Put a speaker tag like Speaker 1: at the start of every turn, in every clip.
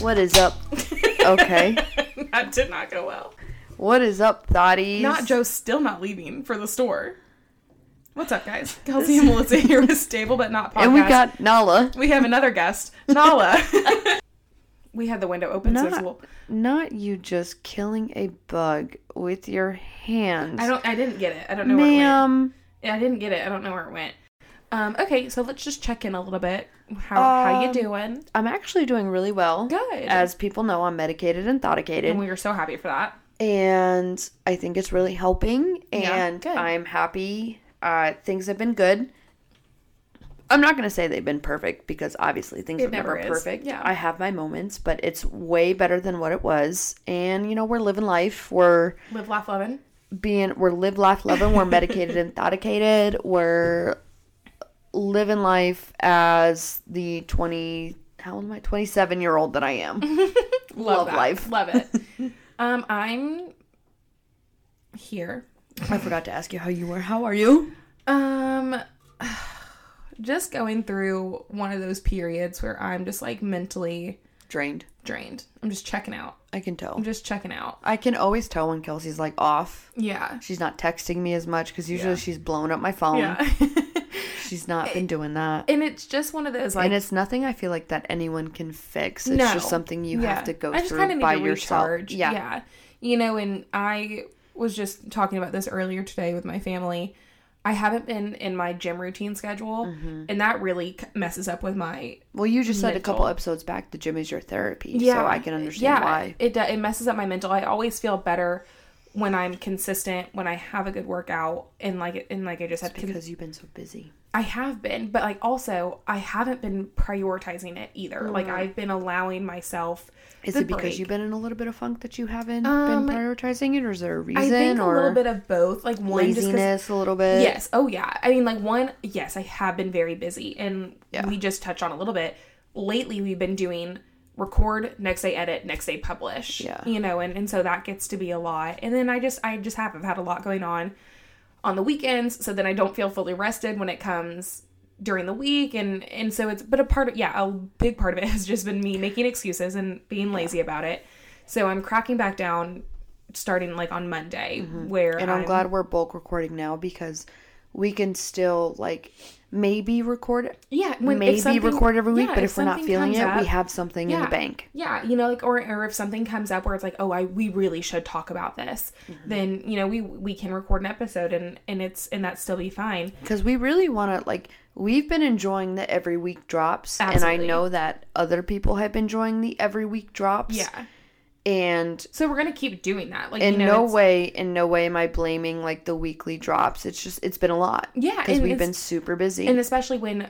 Speaker 1: What is up? Okay.
Speaker 2: that did not go well.
Speaker 1: What is up, thotties?
Speaker 2: Not Joe's still not leaving for the store. What's up, guys? Kelsey and Melissa here with Stable But Not Podcast.
Speaker 1: And we got Nala.
Speaker 2: We have another guest, Nala. we had the window open, so there's a
Speaker 1: Not-
Speaker 2: little-
Speaker 1: Not you just killing a bug with your hands.
Speaker 2: I don't. I didn't get it. I don't know where it went.
Speaker 1: Ma'am.
Speaker 2: Yeah, I didn't get it. I don't know where it went. Um, okay, so let's just check in a little bit. How how you
Speaker 1: Um,
Speaker 2: doing?
Speaker 1: I'm actually doing really well.
Speaker 2: Good.
Speaker 1: As people know, I'm medicated and thodicated.
Speaker 2: and we were so happy for that.
Speaker 1: and I think it's really helping.
Speaker 2: Yeah,
Speaker 1: And
Speaker 2: good.
Speaker 1: I'm happy. Uh, things have been good. I'm not gonna say they've been perfect because obviously things
Speaker 2: It
Speaker 1: are never,
Speaker 2: never is,
Speaker 1: perfect.
Speaker 2: yeah.
Speaker 1: I have my moments, but it's way better than what it was. And you know, we're living life. We're
Speaker 2: Live, laugh, loving.
Speaker 1: being we're live life loving. We're medicated and thodicated. We're living life as the twenty how old am I? Twenty seven year old that I am. Love
Speaker 2: that.
Speaker 1: life.
Speaker 2: Love it. um, I'm here.
Speaker 1: I forgot to ask you how you were. How are you?
Speaker 2: Um, just going through one of those periods where I'm just like mentally
Speaker 1: Drained.
Speaker 2: drained. I'm just checking out.
Speaker 1: I can tell.
Speaker 2: I'm just checking out.
Speaker 1: I can always tell when Kelsey's like off.
Speaker 2: Yeah.
Speaker 1: She's not texting me as much because usually she's blown up my phone.
Speaker 2: Yeah.
Speaker 1: She's not been doing that.
Speaker 2: and it's just one of those like
Speaker 1: and it's nothing I feel like that anyone can fix. It's
Speaker 2: no.
Speaker 1: just something you
Speaker 2: Yeah.
Speaker 1: have to go
Speaker 2: I just
Speaker 1: through
Speaker 2: kinda need
Speaker 1: by
Speaker 2: to
Speaker 1: yourself.
Speaker 2: recharge.
Speaker 1: Yeah.
Speaker 2: Yeah. You know, and I was just talking about this earlier today with my family. I haven't been in my gym routine schedule,
Speaker 1: Mm-hmm.
Speaker 2: and that really c- messes up with my
Speaker 1: Well, you just said a couple
Speaker 2: Mental.
Speaker 1: episodes back the gym is your therapy.
Speaker 2: Yeah,
Speaker 1: So I can understand
Speaker 2: yeah,
Speaker 1: why.
Speaker 2: It do- it messes up my mental. I always feel better when I'm consistent, when I have a good workout, and like and like I just have to.
Speaker 1: Because you've been so busy.
Speaker 2: I have been, but like also I haven't been prioritizing it either. Like I've been allowing myself.
Speaker 1: Mm-hmm. Is
Speaker 2: the
Speaker 1: it because
Speaker 2: break.
Speaker 1: you've been in a little bit of funk that you haven't
Speaker 2: Um,
Speaker 1: been prioritizing it, or is there a reason,
Speaker 2: I think a
Speaker 1: or
Speaker 2: little bit of both, like one just 'cause-
Speaker 1: laziness, a little bit?
Speaker 2: Yes. Oh yeah. I mean, like one. Yes, I have been very busy, and we just touched on a little bit. Lately, we've been doing record next day edit next day publish
Speaker 1: Yeah.
Speaker 2: you know and, and so that gets to be a lot and then i just i just have i've had a lot going on on the weekends so then i don't feel fully rested when it comes during the week and and so it's but a part of yeah a big part of it has just been me making excuses and being lazy about it so i'm cracking back down starting like on monday where
Speaker 1: Mm-hmm. and I'm, glad we're bulk recording now because we can still like maybe record
Speaker 2: Yeah, when if
Speaker 1: maybe
Speaker 2: something-
Speaker 1: record every week
Speaker 2: yeah,
Speaker 1: but
Speaker 2: if
Speaker 1: if we're not
Speaker 2: something
Speaker 1: feeling
Speaker 2: comes
Speaker 1: it we
Speaker 2: up-
Speaker 1: have something in the
Speaker 2: yeah,
Speaker 1: bank
Speaker 2: Yeah, you know, like or, or if something comes up where it's like, oh, I we really should talk about this,
Speaker 1: Mm-hmm.
Speaker 2: then you know we we can record an episode and and it's and that still be fine.
Speaker 1: because we really want to like we've been enjoying the every week drops and i
Speaker 2: Absolutely.
Speaker 1: know that other people have been enjoying the every week drops
Speaker 2: Yeah,
Speaker 1: and
Speaker 2: so we're gonna keep doing that. Like
Speaker 1: in
Speaker 2: you know,
Speaker 1: no
Speaker 2: it's-
Speaker 1: way in no way am i blaming like the weekly drops it's just it's been a lot
Speaker 2: Yeah,
Speaker 1: because
Speaker 2: and
Speaker 1: we've
Speaker 2: it's-
Speaker 1: been super busy
Speaker 2: and especially when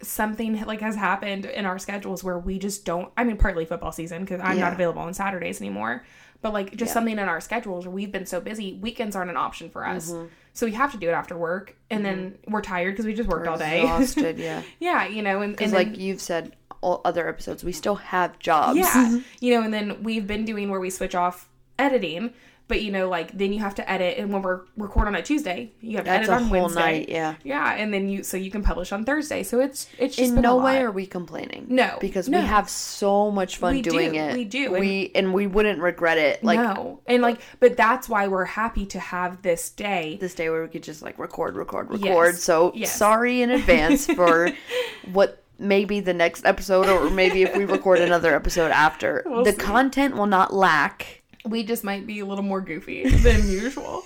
Speaker 2: something like has happened in our schedules where we just don't. I mean, partly football season because I'm
Speaker 1: Yeah.
Speaker 2: not available on Saturdays anymore. But like just something in our schedules where we've been so busy, weekends aren't an option for us.
Speaker 1: Mm-hmm.
Speaker 2: So we have to do it after work, and then we're tired because we just worked all day.
Speaker 1: exhausted yeah
Speaker 2: Yeah, you know, and, and
Speaker 1: because
Speaker 2: then-
Speaker 1: like you've said all other episodes we still have jobs
Speaker 2: yeah, you know, and then we've been doing where we switch off editing, but you know, like then you have to edit, and when we're record on a Tuesday, you have to
Speaker 1: that's
Speaker 2: edit
Speaker 1: a
Speaker 2: on
Speaker 1: whole
Speaker 2: Wednesday.
Speaker 1: night yeah
Speaker 2: Yeah, and then you so you can publish on Thursday. So it's it's just
Speaker 1: in
Speaker 2: been a
Speaker 1: no way
Speaker 2: lot.
Speaker 1: are we complaining.
Speaker 2: No,
Speaker 1: because
Speaker 2: no.
Speaker 1: we have so much fun
Speaker 2: We do,
Speaker 1: doing it.
Speaker 2: we do, and-
Speaker 1: We and we wouldn't regret it. Like
Speaker 2: no, and like, but that's why we're happy to have this day.
Speaker 1: this day where we could just like record, record, record.
Speaker 2: Yes,
Speaker 1: So
Speaker 2: yes.
Speaker 1: sorry in advance for what maybe the next episode or maybe if we record another episode after. the content will not lack.
Speaker 2: We just might be a little more goofy than usual,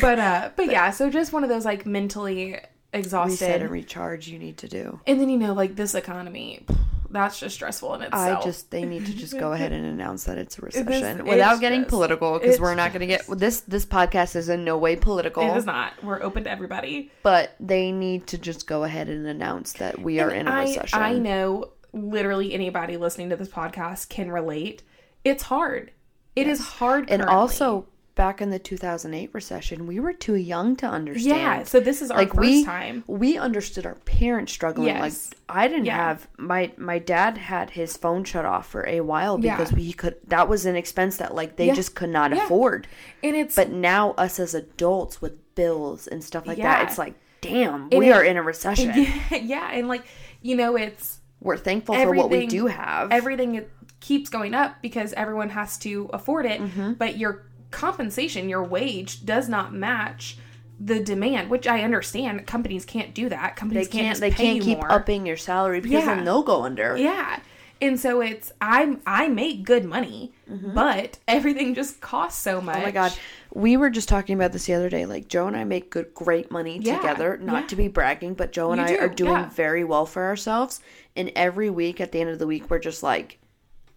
Speaker 2: but uh, but yeah, so just one of those like mentally
Speaker 1: Reset and
Speaker 2: exhausted,
Speaker 1: recharge you need to do.
Speaker 2: and then you know like this economy, that's just stressful in itself.
Speaker 1: I just they need to just go ahead and announce that it's a recession
Speaker 2: it's
Speaker 1: without getting
Speaker 2: just-
Speaker 1: political because
Speaker 2: it's
Speaker 1: we're not going to get this. This podcast is in no way political.
Speaker 2: It is not. We're open to everybody.
Speaker 1: but they need to just go ahead and announce that we are in a
Speaker 2: I,
Speaker 1: recession.
Speaker 2: I know literally anybody listening to this podcast can relate. It's hard. It is hard.
Speaker 1: and
Speaker 2: currently.
Speaker 1: also, back in the 2008 recession, we were too young to understand.
Speaker 2: yeah. So this is our
Speaker 1: like
Speaker 2: first
Speaker 1: we
Speaker 2: time.
Speaker 1: we understood our parents struggling.
Speaker 2: Yes.
Speaker 1: Like I didn't
Speaker 2: Yeah.
Speaker 1: have my my dad had his phone shut off for a while
Speaker 2: Yeah.
Speaker 1: because we could that was an expense that like they
Speaker 2: Yeah.
Speaker 1: just could not
Speaker 2: Yeah.
Speaker 1: afford.
Speaker 2: And it's
Speaker 1: But now us as adults with bills and stuff like
Speaker 2: Yeah.
Speaker 1: that, it's like damn, we
Speaker 2: is-
Speaker 1: are in a recession.
Speaker 2: Yeah, yeah, and like you know, it's
Speaker 1: We're thankful for what we
Speaker 2: Everything-
Speaker 1: do have.
Speaker 2: everything it keeps going up because everyone has to afford it,
Speaker 1: Mm-hmm.
Speaker 2: but your compensation, your wage, does not match the demand, which I understand. Companies can't do that.
Speaker 1: they
Speaker 2: Companies
Speaker 1: can't.
Speaker 2: just
Speaker 1: they
Speaker 2: pay
Speaker 1: can't
Speaker 2: you
Speaker 1: keep
Speaker 2: more.
Speaker 1: upping your salary because
Speaker 2: Yeah.
Speaker 1: then they'll go under.
Speaker 2: Yeah. And so it's I I make good money, but everything just costs so much.
Speaker 1: Mm-hmm. Oh my god. We were just talking about this the other day. Like Joe and I make good great money
Speaker 2: Yeah,
Speaker 1: together. Not
Speaker 2: yeah.
Speaker 1: to be bragging, but Joe and
Speaker 2: You
Speaker 1: I
Speaker 2: do,
Speaker 1: are doing
Speaker 2: yeah.
Speaker 1: very well for ourselves. And every week at the end of the week we're just like,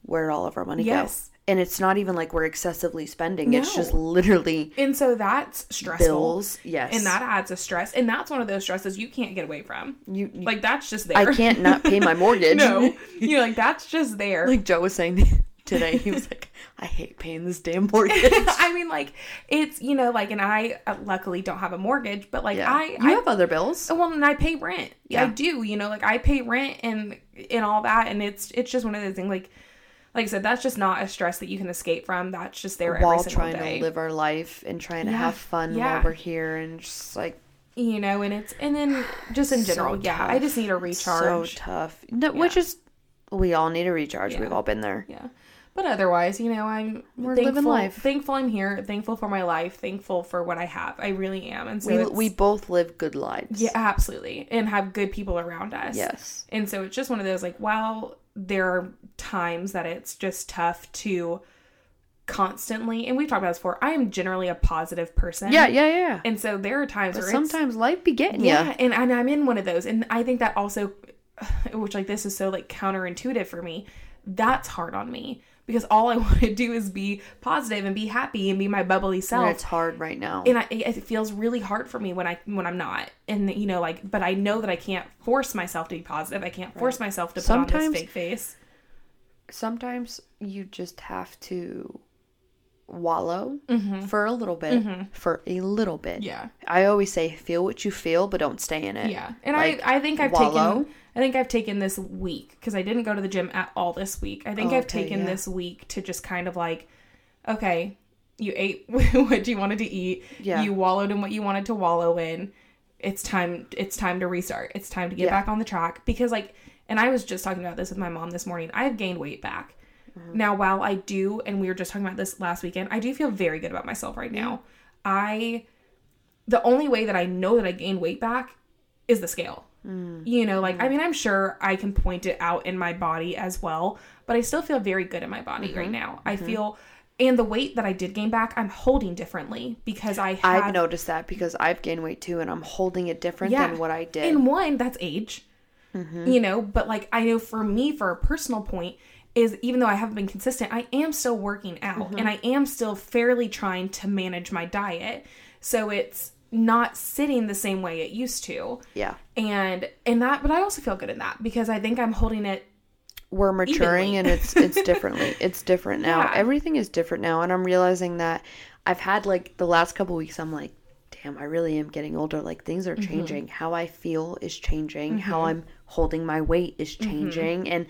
Speaker 1: where'd all of our money
Speaker 2: Yes.
Speaker 1: go? And it's not even like we're excessively spending. It's
Speaker 2: No.
Speaker 1: just literally
Speaker 2: And so that's stressful.
Speaker 1: bills. Yes.
Speaker 2: And that adds a stress. And that's one of those stresses you can't get away from.
Speaker 1: you, you-
Speaker 2: Like that's just there.
Speaker 1: I can't not pay my mortgage.
Speaker 2: no. You're like, that's just there.
Speaker 1: like Joe was saying today, he was like, I hate paying this damn mortgage.
Speaker 2: I mean, like, it's, you know, like, and I uh, luckily don't have a mortgage, but like, I,
Speaker 1: you
Speaker 2: I,
Speaker 1: have other bills.
Speaker 2: well, and I pay rent.
Speaker 1: Yeah.
Speaker 2: I do, you know, like I pay rent and, and all that. And it's, it's just one of those things, like, like I said, that's just not a stress that you can escape from. That's just there every
Speaker 1: while
Speaker 2: single
Speaker 1: trying
Speaker 2: day.
Speaker 1: to live our life and trying to
Speaker 2: Yeah,
Speaker 1: have fun
Speaker 2: yeah.
Speaker 1: while we're here and just like
Speaker 2: you know, and it's, and then just in general, yeah, I
Speaker 1: tough.
Speaker 2: just need a recharge.
Speaker 1: so tough. No, Which is we all need a recharge. We've
Speaker 2: Yeah.
Speaker 1: all been there.
Speaker 2: Yeah. But otherwise, you know, I'm
Speaker 1: We're living
Speaker 2: thankful,
Speaker 1: life.
Speaker 2: Thankful I'm here. Thankful for my life. Thankful for what I have. I really am. And so
Speaker 1: we
Speaker 2: it's,
Speaker 1: we both live good lives.
Speaker 2: yeah, absolutely, and have good people around us.
Speaker 1: Yes.
Speaker 2: And so it's just one of those like, while there are times that it's just tough to constantly, and we've talked about this before. I am generally a positive person.
Speaker 1: Yeah. Yeah. Yeah.
Speaker 2: And so there are times where it's
Speaker 1: Sometimes life be getting
Speaker 2: yeah,
Speaker 1: yeah. you.
Speaker 2: and, and i'm in one of those and i think that also which like this is so like counterintuitive for me that's hard on me because all i want to do is be positive and be happy and be my bubbly
Speaker 1: And
Speaker 2: self
Speaker 1: It's hard right now.
Speaker 2: and I, it it feels really hard for me when i when i'm not and you know like but i know that i can't force myself to be positive i can't force myself to put on
Speaker 1: Sometimes-
Speaker 2: this fake face
Speaker 1: Sometimes you just have to wallow for a little bit. For a little bit.
Speaker 2: Mm-hmm. yeah
Speaker 1: I always say, feel what you feel, but don't stay in it.
Speaker 2: yeah and
Speaker 1: Like,
Speaker 2: i i think i've
Speaker 1: wallow?
Speaker 2: taken i think i've taken this week because i didn't go to the gym at all this week i think
Speaker 1: Oh,
Speaker 2: i've
Speaker 1: okay,
Speaker 2: taken
Speaker 1: yeah.
Speaker 2: this week to just kind of like okay you ate what you wanted to eat
Speaker 1: Yeah.
Speaker 2: you wallowed in what you wanted to wallow in it's time it's time to restart it's time to get
Speaker 1: Yeah.
Speaker 2: back on the track because like and i was just talking about this with my mom this morning i have gained weight back
Speaker 1: Mm-hmm.
Speaker 2: now while i do and we were just talking about this last weekend i do feel very good about myself right now i the only way that I know that I gained weight back is the scale.
Speaker 1: Mm.
Speaker 2: You know, like I mean, I'm sure I can point it out in my body as well, but I still feel very good in my body
Speaker 1: Mm-hmm.
Speaker 2: right now. I feel, and the weight that I did gain back, I'm holding differently because I have
Speaker 1: I've noticed that because I've gained weight too, and I'm holding it different than what I did. Mm-hmm.
Speaker 2: And one, that's age. You know, but like I know for me, for a personal point, is even though I haven't been consistent, I am still working out
Speaker 1: Mm-hmm.
Speaker 2: and I am still fairly trying to manage my diet. So it's not sitting the same way it used to.
Speaker 1: yeah,
Speaker 2: And and that but I also feel good in that because I think I'm holding it
Speaker 1: we're maturing,
Speaker 2: Evenly.
Speaker 1: and it's it's differently. It's different now.
Speaker 2: Yeah.
Speaker 1: Everything is different now, and I'm realizing that I've had like the last couple weeks. I'm like, damn, I really am getting older. Like things
Speaker 2: Mm-hmm.
Speaker 1: are changing. How I feel is changing. How I'm holding my weight is changing, and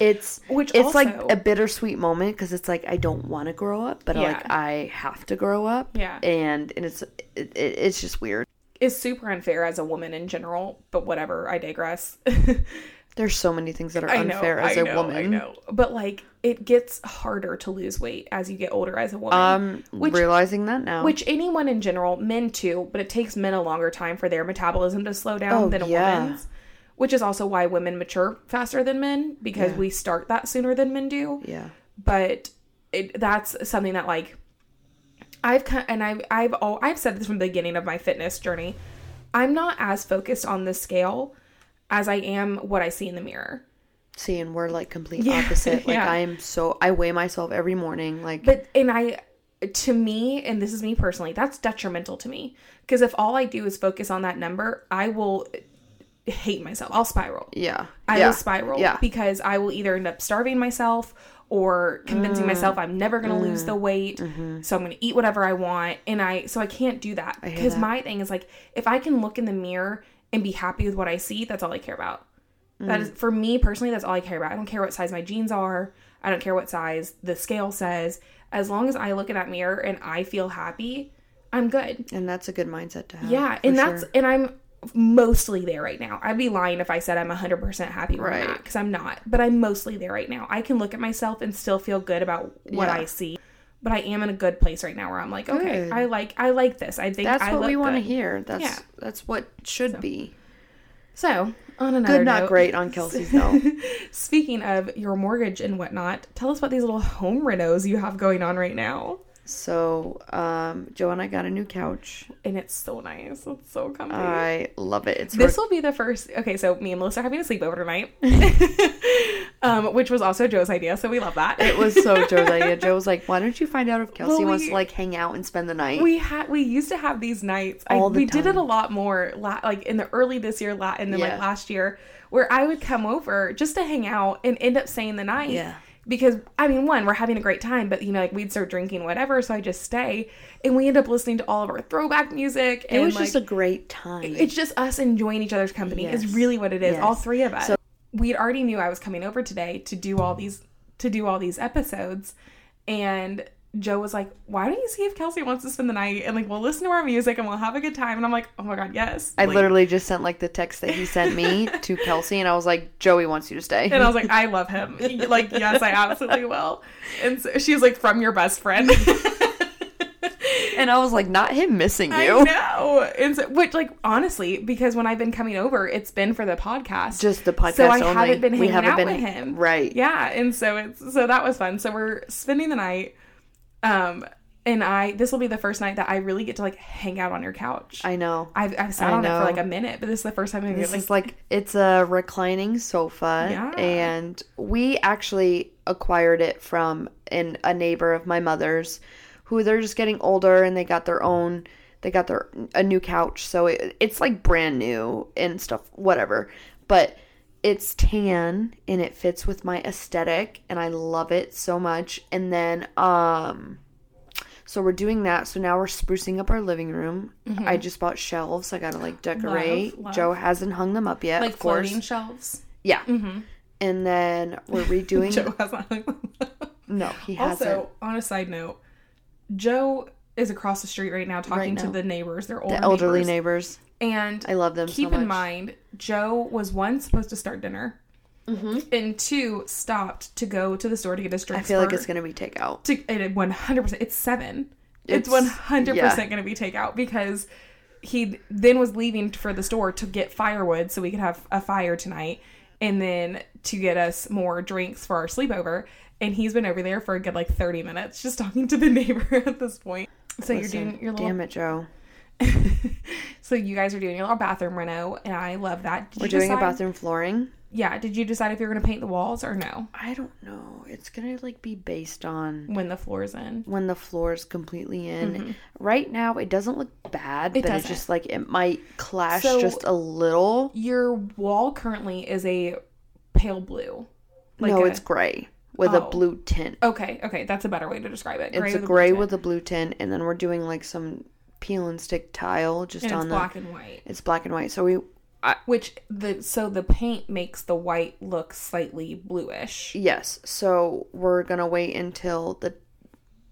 Speaker 1: it's
Speaker 2: Mm-hmm. Which
Speaker 1: it's like
Speaker 2: also-
Speaker 1: a bittersweet moment because it's like I don't want to grow up, but
Speaker 2: Yeah.
Speaker 1: like I have to grow up.
Speaker 2: Yeah.
Speaker 1: and and it's it, it, it's just weird.
Speaker 2: is super unfair as a woman in general, but whatever, I digress.
Speaker 1: There's so many things that are
Speaker 2: I know,
Speaker 1: unfair as
Speaker 2: I
Speaker 1: a
Speaker 2: know,
Speaker 1: woman.
Speaker 2: I know. But like it gets harder to lose weight as you get older as a woman.
Speaker 1: Um,
Speaker 2: Which-
Speaker 1: realizing that now.
Speaker 2: Which anyone in general, men too, but it takes men a longer time for their metabolism to slow down
Speaker 1: Oh,
Speaker 2: than a
Speaker 1: yeah.
Speaker 2: woman's. Which is also why women mature faster than men because we start that sooner than men do.
Speaker 1: yeah,
Speaker 2: But it, that's something that like I've ki- and I've I've all I've said this from the beginning of my fitness journey. I'm not as focused on the scale as I am what I see in the mirror.
Speaker 1: see, and we're like complete
Speaker 2: Yeah,
Speaker 1: opposite. Like
Speaker 2: yeah.
Speaker 1: I am so I weigh myself every morning. Like
Speaker 2: But and I to me and this is me personally, that's detrimental to me because if all I do is focus on that number, I will hate myself. I'll spiral.
Speaker 1: yeah,
Speaker 2: I
Speaker 1: yeah,
Speaker 2: will spiral
Speaker 1: Yeah,
Speaker 2: because I will either end up starving myself or convincing
Speaker 1: Mm.
Speaker 2: myself I'm never going to lose the weight, so I'm going to eat whatever I want and I so I can't do that
Speaker 1: Mm-hmm. hear
Speaker 2: because
Speaker 1: that.
Speaker 2: my thing is like if I can look in the mirror and be happy with what I see, that's all I care about. That
Speaker 1: Mm.
Speaker 2: is for me personally, that's all I care about. I don't care what size my jeans are. I don't care what size the scale says. As long as I look in that mirror and I feel happy, I'm good.
Speaker 1: And that's a good mindset to have.
Speaker 2: Yeah,
Speaker 1: for
Speaker 2: and that's
Speaker 1: sure.
Speaker 2: and I'm mostly there right now. I'd be lying if I said I'm 100% happy where I'm
Speaker 1: Right.
Speaker 2: at because I'm not. But I'm mostly there right now. I can look at myself and still feel good about what
Speaker 1: Yeah.
Speaker 2: I see. But I am in a good place right now where I'm like, okay,
Speaker 1: Good.
Speaker 2: I like I like this. I think
Speaker 1: that's
Speaker 2: I
Speaker 1: what we
Speaker 2: look
Speaker 1: want to
Speaker 2: good.
Speaker 1: hear. That's
Speaker 2: Yeah.
Speaker 1: that's what should be.
Speaker 2: So on another
Speaker 1: Good, not
Speaker 2: note-
Speaker 1: great on Kelsey's though.
Speaker 2: Speaking of your mortgage and whatnot, tell us about these little home renos you have going on right now.
Speaker 1: So, um, Joe and I got a new couch.
Speaker 2: And it's so nice. It's so comfy.
Speaker 1: I love it. It's
Speaker 2: This will be the first. Okay, so me and Melissa are having a sleepover tonight, um, which was also Joe's idea, so we love that.
Speaker 1: it was so Joe's idea. Joe was like, "Why don't you find out if Kelsey
Speaker 2: Well,
Speaker 1: wants
Speaker 2: we-
Speaker 1: to like hang out and spend the night?"
Speaker 2: we had we used to have these nights. I,
Speaker 1: All the
Speaker 2: we did it
Speaker 1: time.
Speaker 2: a lot more, la- like in the early this year, la- and then
Speaker 1: Yeah.
Speaker 2: like last year, where I would come over just to hang out and end up staying the night.
Speaker 1: Yeah.
Speaker 2: Because I mean, one, we're having a great time, but you know, like we'd start drinking whatever, so I just stay, and we end up listening to all of our throwback music.
Speaker 1: it
Speaker 2: and,
Speaker 1: was
Speaker 2: like,
Speaker 1: just a great time.
Speaker 2: it's just us enjoying each other's company is
Speaker 1: Yes.
Speaker 2: really what it is all
Speaker 1: Yes.
Speaker 2: three of us
Speaker 1: So-
Speaker 2: we'd already knew i was coming over today to do all these to do all these episodes and joe was like why don't you see if kelsey wants to spend the night and like we'll listen to our music and we'll have a good time and i'm like oh my god yes
Speaker 1: I
Speaker 2: Like,
Speaker 1: literally just sent like the text that he sent me to Kelsey, and I was like, "Joey wants you to stay."
Speaker 2: and I was like, I love him. Like, yes, I absolutely will. And so she was like, from your best friend.
Speaker 1: And I was like, "Not him missing
Speaker 2: I
Speaker 1: you,
Speaker 2: know. And so, which, like, honestly, because when I've been coming over, it's been for the podcast.
Speaker 1: just the podcast."
Speaker 2: so I
Speaker 1: only.
Speaker 2: haven't been
Speaker 1: we
Speaker 2: hanging
Speaker 1: haven't
Speaker 2: out
Speaker 1: been
Speaker 2: with him.
Speaker 1: right?
Speaker 2: Yeah, and so it's so that was fun. So we're spending the night, um, and I this will be the first night that I really get to like hang out on your couch. I,
Speaker 1: I know.
Speaker 2: I've, I've sat
Speaker 1: I
Speaker 2: on it for
Speaker 1: know.
Speaker 2: like a minute, but this is the first time I'm
Speaker 1: This
Speaker 2: like,
Speaker 1: is like it's a reclining sofa,
Speaker 2: Yeah.
Speaker 1: and we actually acquired it from an, a neighbor of my mother's, who they're just getting older and they got their own. They got their a new couch, so it, it's like brand new and stuff, whatever. But it's tan and it fits with my aesthetic, and I love it so much. And then, um, so we're doing that. So now we're sprucing up our living room. I just bought shelves. I gotta like decorate.
Speaker 2: Mm-hmm. love.
Speaker 1: Joe hasn't hung them up yet.
Speaker 2: like
Speaker 1: of course.
Speaker 2: floating Mm-hmm. shelves.
Speaker 1: Yeah. And then we're redoing.
Speaker 2: Joe has not.
Speaker 1: No, he hasn't.
Speaker 2: also, on a side note, Joe is across the street right now talking
Speaker 1: Right
Speaker 2: to
Speaker 1: now.
Speaker 2: the neighbors. They're older
Speaker 1: the elderly
Speaker 2: neighbors.
Speaker 1: neighbors.
Speaker 2: and
Speaker 1: I love them. so
Speaker 2: keep in
Speaker 1: much.
Speaker 2: mind joe was one supposed to start dinner and two stopped to go to the store to get his
Speaker 1: Mm-hmm. I
Speaker 2: drinks
Speaker 1: feel like
Speaker 2: for-
Speaker 1: it's gonna be takeout.
Speaker 2: to it 100% it's 7 it's,
Speaker 1: It's-
Speaker 2: 100% going to be takeout because he then was leaving for the store to get firewood so we could have a fire tonight and then to get us more drinks for our sleepover and he's been over there for a good like 30 minutes just talking to the neighbor at this point so you're doing your little
Speaker 1: Damn it, Joe.
Speaker 2: so you guys are doing your little bathroom reno and i love that Did
Speaker 1: We're
Speaker 2: you
Speaker 1: doing a
Speaker 2: decide-
Speaker 1: bathroom flooring.
Speaker 2: yeah did you decide if you're going to paint the walls or no
Speaker 1: I don't know. It's gonna like be based on
Speaker 2: when the floor's in
Speaker 1: when the floor is completely in. Right now, it doesn't look bad, but
Speaker 2: Mm-hmm. doesn't.
Speaker 1: it's just like it might clash
Speaker 2: So-
Speaker 1: just a little.
Speaker 2: your wall currently is a pale blue
Speaker 1: no,
Speaker 2: a-
Speaker 1: it's gray with
Speaker 2: Oh.
Speaker 1: a blue tint.
Speaker 2: Okay, okay, that's a better way to describe it.
Speaker 1: It's a
Speaker 2: with
Speaker 1: gray
Speaker 2: blue
Speaker 1: with a blue tint, and then we're doing like some peel and stick tile just
Speaker 2: tint, and
Speaker 1: on
Speaker 2: it's
Speaker 1: the.
Speaker 2: black and white,
Speaker 1: It's black and white, so we
Speaker 2: which the so the paint makes the white look slightly bluish.
Speaker 1: yes, so we're gonna wait until the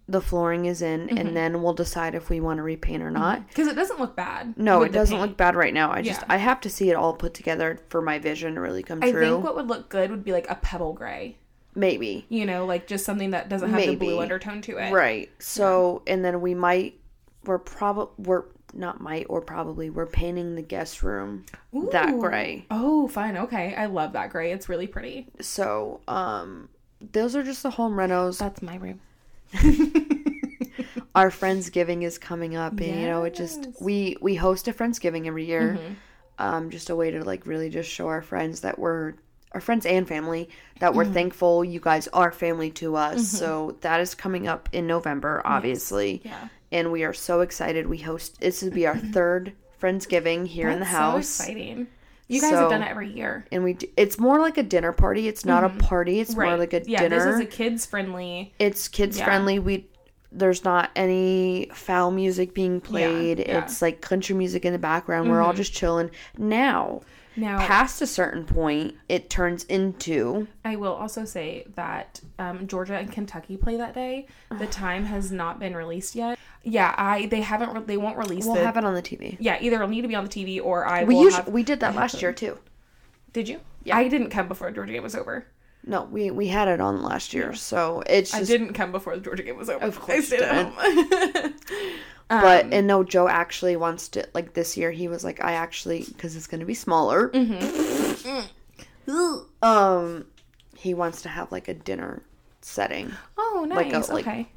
Speaker 1: the flooring is in,
Speaker 2: Mm-hmm.
Speaker 1: and then we'll decide if we want to repaint or not.
Speaker 2: Because it doesn't look bad.
Speaker 1: No,
Speaker 2: Mm-hmm. with
Speaker 1: it
Speaker 2: the
Speaker 1: doesn't
Speaker 2: paint.
Speaker 1: look bad right now. I just
Speaker 2: Yeah.
Speaker 1: I have to see it all put together for my vision to really come
Speaker 2: I
Speaker 1: true.
Speaker 2: think what would look good would be like a pebble gray.
Speaker 1: Maybe
Speaker 2: You know, like just something that doesn't have the blue
Speaker 1: Maybe.
Speaker 2: undertone to it.
Speaker 1: right. So and then we might we're probably we're not might or probably we're painting the guest room that
Speaker 2: Ooh.
Speaker 1: gray.
Speaker 2: Oh, fine. Okay, I love that gray. It's really pretty.
Speaker 1: So, um, those are just the home renos.
Speaker 2: That's my room.
Speaker 1: Our friendsgiving is coming up, and you know, it just we we host a friendsgiving every year.
Speaker 2: Mm-hmm.
Speaker 1: Um, just a way to like really just show our friends that we're our friends and family that
Speaker 2: Mm-hmm.
Speaker 1: we're thankful you guys are family to us. So that is coming up in November, obviously.
Speaker 2: Yeah.
Speaker 1: And we are so excited. We host this will be our third friendsgiving here in the
Speaker 2: That's
Speaker 1: house.
Speaker 2: So exciting. You guys have
Speaker 1: So-
Speaker 2: done it every year.
Speaker 1: and we do, it's more like a dinner party. It's not a party. It's more like a
Speaker 2: Mm-hmm. yeah,
Speaker 1: dinner.
Speaker 2: this is a kids friendly.
Speaker 1: it's kids
Speaker 2: Yeah.
Speaker 1: friendly. We there's not any foul music being played.
Speaker 2: yeah. Mm-hmm.
Speaker 1: It's like country music in the background. We're all just chilling. Now,
Speaker 2: Now,
Speaker 1: past a certain point, it turns into
Speaker 2: I will also say that um, Georgia and Kentucky play that day. The time has not been released yet. Yeah, I they haven't re- they won't release
Speaker 1: we'll
Speaker 2: the
Speaker 1: have it on the TV.
Speaker 2: yeah either it'll need to be on the TV or I
Speaker 1: We
Speaker 2: will
Speaker 1: usually
Speaker 2: have.
Speaker 1: we did that last year too.
Speaker 2: Did you? I didn't come before the Georgia game was over.
Speaker 1: No, we we had it on last year, so it's
Speaker 2: I
Speaker 1: just.
Speaker 2: didn't come before the Georgia game was over.
Speaker 1: Of
Speaker 2: I
Speaker 1: course you
Speaker 2: stayed at home. um,
Speaker 1: But and no, Joe actually wants to like this year. He was like, I actually because it's gonna be smaller.
Speaker 2: Mm-hmm.
Speaker 1: Um, he wants to have like a dinner setting,
Speaker 2: oh,
Speaker 1: Like
Speaker 2: nice.
Speaker 1: a- like-
Speaker 2: okay.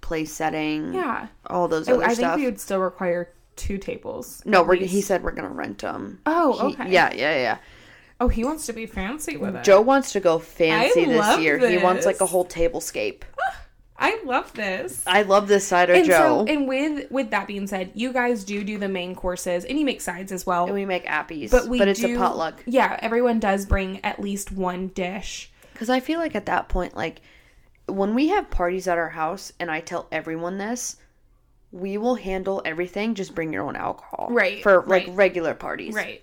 Speaker 1: play setting,
Speaker 2: Yeah.
Speaker 1: all those
Speaker 2: Oh,
Speaker 1: other
Speaker 2: I
Speaker 1: stuff.
Speaker 2: think we would still require two tables.
Speaker 1: no,
Speaker 2: at
Speaker 1: we're,
Speaker 2: least.
Speaker 1: he said we're gonna rent them.
Speaker 2: Oh, okay.
Speaker 1: yeah, yeah, yeah.
Speaker 2: Oh, he wants to be fancy with it.
Speaker 1: Joe wants to go fancy this
Speaker 2: love
Speaker 1: year. He wants like a
Speaker 2: this.
Speaker 1: whole tablescape.
Speaker 2: I love this.
Speaker 1: I love this side of
Speaker 2: And
Speaker 1: Joe.
Speaker 2: so, and with with that being said, you guys do do the main courses, and you make sides as well.
Speaker 1: and we make appies,
Speaker 2: but we
Speaker 1: it's
Speaker 2: do-
Speaker 1: a potluck.
Speaker 2: Yeah, everyone does bring at least one dish.
Speaker 1: Because I feel like at that point, like when we have parties at our house, and I tell everyone this, we will handle everything. Just bring your own alcohol,
Speaker 2: Right,
Speaker 1: For like
Speaker 2: right.
Speaker 1: regular parties,
Speaker 2: Right.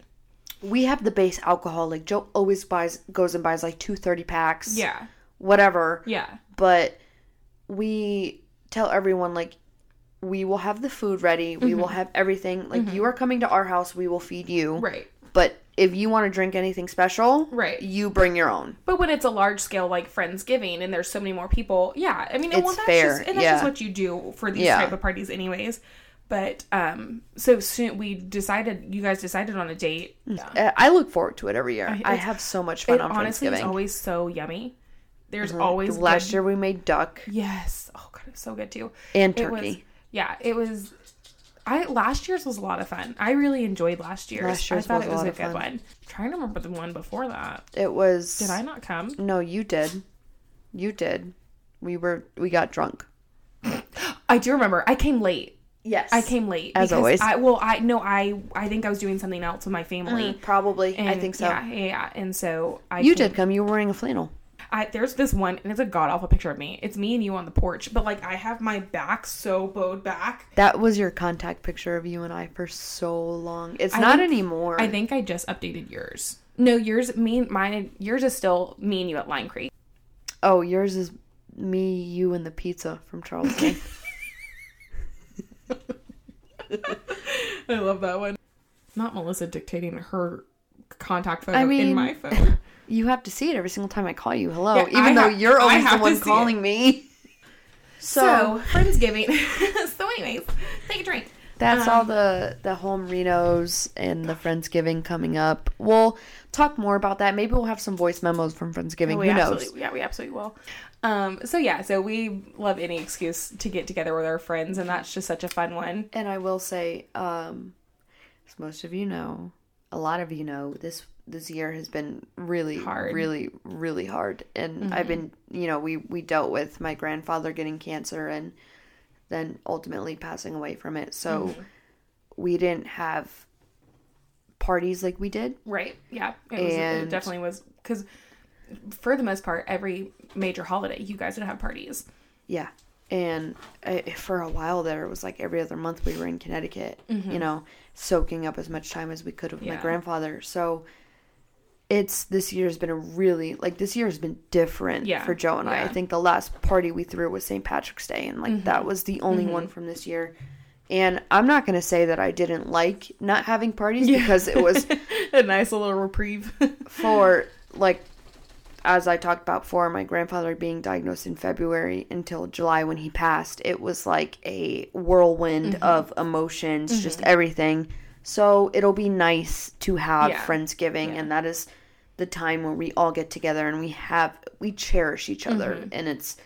Speaker 1: We have the base alcohol. Like Joe always buys, goes and buys like two thirty packs,
Speaker 2: Yeah.
Speaker 1: whatever.
Speaker 2: Yeah.
Speaker 1: But we tell everyone like we will have the food ready. We will have everything. Like you are coming to our house, we will feed you.
Speaker 2: Mm-hmm. Right.
Speaker 1: But if you want to drink anything special,
Speaker 2: Right.
Speaker 1: you bring your own.
Speaker 2: But when it's a large scale like Friendsgiving and there's so many more people, yeah. I mean, well,
Speaker 1: It's
Speaker 2: that's
Speaker 1: fair,
Speaker 2: Just, and that's
Speaker 1: yeah.
Speaker 2: just what you do for these
Speaker 1: Yeah.
Speaker 2: type of parties, anyways. But um, so soon we decided. You guys decided on a date. Yeah.
Speaker 1: Uh, I look forward to it every year. I
Speaker 2: it's-
Speaker 1: have so much fun
Speaker 2: It
Speaker 1: on Mm-hmm.
Speaker 2: honestly is
Speaker 1: Thanksgiving.
Speaker 2: always so yummy. There's always
Speaker 1: Last
Speaker 2: good-
Speaker 1: year we made duck
Speaker 2: Yes. Oh god, it's so good too.
Speaker 1: and
Speaker 2: It was,
Speaker 1: turkey.
Speaker 2: yeah, it was. I last year's was a lot of fun. I really enjoyed last year's.
Speaker 1: Last year's
Speaker 2: I thought
Speaker 1: was
Speaker 2: it
Speaker 1: a
Speaker 2: was
Speaker 1: lot
Speaker 2: a
Speaker 1: of
Speaker 2: good
Speaker 1: fun.
Speaker 2: one. I'm trying to remember the one before that.
Speaker 1: It was.
Speaker 2: Did I not come?
Speaker 1: No, you did. You did. We were. We got drunk.
Speaker 2: I do remember. I came late.
Speaker 1: Yes,
Speaker 2: I came late
Speaker 1: As
Speaker 2: because
Speaker 1: always.
Speaker 2: I well, I no, I I think I was doing something else with my family.
Speaker 1: Probably. Uh-huh. I
Speaker 2: Mm. And
Speaker 1: think so.
Speaker 2: Yeah, yeah, yeah. And so I
Speaker 1: You
Speaker 2: came-
Speaker 1: did come. You were wearing a flannel.
Speaker 2: I, there's this one, and it's a god awful picture of me. It's me and you on the porch, but like I have my back so bowed back.
Speaker 1: That was your contact picture of you and I for so long. It's
Speaker 2: I
Speaker 1: not
Speaker 2: think-
Speaker 1: anymore.
Speaker 2: I think I just updated yours. No, yours, me, and mine, yours is still me and you at Line Creek.
Speaker 1: oh, yours is me, you, and the pizza from Charleston.
Speaker 2: I love that one. Not Melissa dictating her contact photo
Speaker 1: I mean-
Speaker 2: in my phone.
Speaker 1: you have to see it every single time I call you. Hello,
Speaker 2: Yeah,
Speaker 1: even
Speaker 2: I
Speaker 1: though
Speaker 2: ha-
Speaker 1: you're
Speaker 2: I
Speaker 1: always the
Speaker 2: have to
Speaker 1: one
Speaker 2: see it.
Speaker 1: calling me. So,
Speaker 2: So, Friendsgiving. so, anyways, take a drink.
Speaker 1: That's
Speaker 2: uh,
Speaker 1: all the the home Renos and the Friendsgiving coming up. We'll talk more about that. Maybe we'll have some voice memos from Friendsgiving.
Speaker 2: We
Speaker 1: Who knows?
Speaker 2: absolutely, Oh, yeah, we absolutely will. Um, so yeah, so we love any excuse to get together with our friends, and that's just such a fun one.
Speaker 1: And I will say, um, as most of you know, a lot of you know, this this year has been really
Speaker 2: Hard.
Speaker 1: really, really hard. And I've been, you know, we we dealt with my grandfather getting cancer and then ultimately passing away from it. So we didn't have parties like we did.
Speaker 2: Right? Yeah, it, was, it
Speaker 1: And-
Speaker 2: definitely was because for the most part, every major holiday, you guys would have parties.
Speaker 1: Yeah. And I, for a while there, it was like every other month we were in Connecticut, you know, soaking up as much time as we could with my
Speaker 2: Mm-hmm. Yeah.
Speaker 1: grandfather. So it's this year has been a really, like, this year has been different
Speaker 2: Yeah.
Speaker 1: for Joe and I. I
Speaker 2: Yeah. Mm-hmm.
Speaker 1: think the last party we threw was St. Patrick's Day, and like that was the only one from this year. And I'm not going to say that I didn't like not having parties because it was
Speaker 2: a nice little reprieve.
Speaker 1: for like as I talked about before, my grandfather being diagnosed in February until July when he passed, it was like a whirlwind
Speaker 2: Mm-hmm.
Speaker 1: of emotions, just everything. So it'll be nice to have
Speaker 2: Yeah.
Speaker 1: Friendsgiving, and that is the time where we all get together and we have we cherish each other, and it's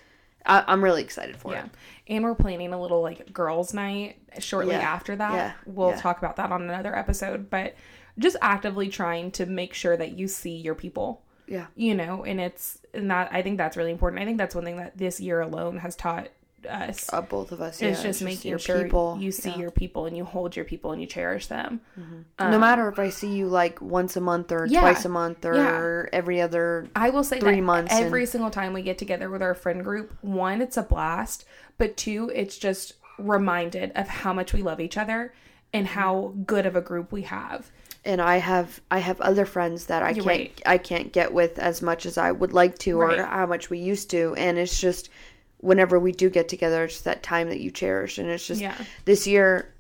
Speaker 1: I, I'm really excited for
Speaker 2: Mm-hmm. yeah.
Speaker 1: it.
Speaker 2: And we're planning a little like girls' night shortly
Speaker 1: Yeah.
Speaker 2: after that.
Speaker 1: Yeah.
Speaker 2: We'll
Speaker 1: Yeah.
Speaker 2: talk about that on another episode, but just actively trying to make sure that you see your people.
Speaker 1: Yeah,
Speaker 2: you know and it's and that i think that's really important i think that's one thing that this year alone has taught us.
Speaker 1: Uh, both of us. Yeah,
Speaker 2: It's just making
Speaker 1: your
Speaker 2: sure
Speaker 1: people.
Speaker 2: you see
Speaker 1: yeah.
Speaker 2: your people and you hold your people and you cherish them.
Speaker 1: no matter if I see you like once a month or
Speaker 2: Yeah.
Speaker 1: twice a month or every other.
Speaker 2: I will say
Speaker 1: Three
Speaker 2: that
Speaker 1: months
Speaker 2: every single time we get together with our friend group, one, it's a blast, but two, it's just reminded of how much we love each other and
Speaker 1: Mm-hmm.
Speaker 2: how good of a group we have.
Speaker 1: And I have I have other friends that I can't
Speaker 2: right.
Speaker 1: I can't get with as much as I would like to
Speaker 2: Right.
Speaker 1: or how much we used to. And it's just whenever we do get together, it's that time that you cherish. And it's just
Speaker 2: Yeah.
Speaker 1: this year.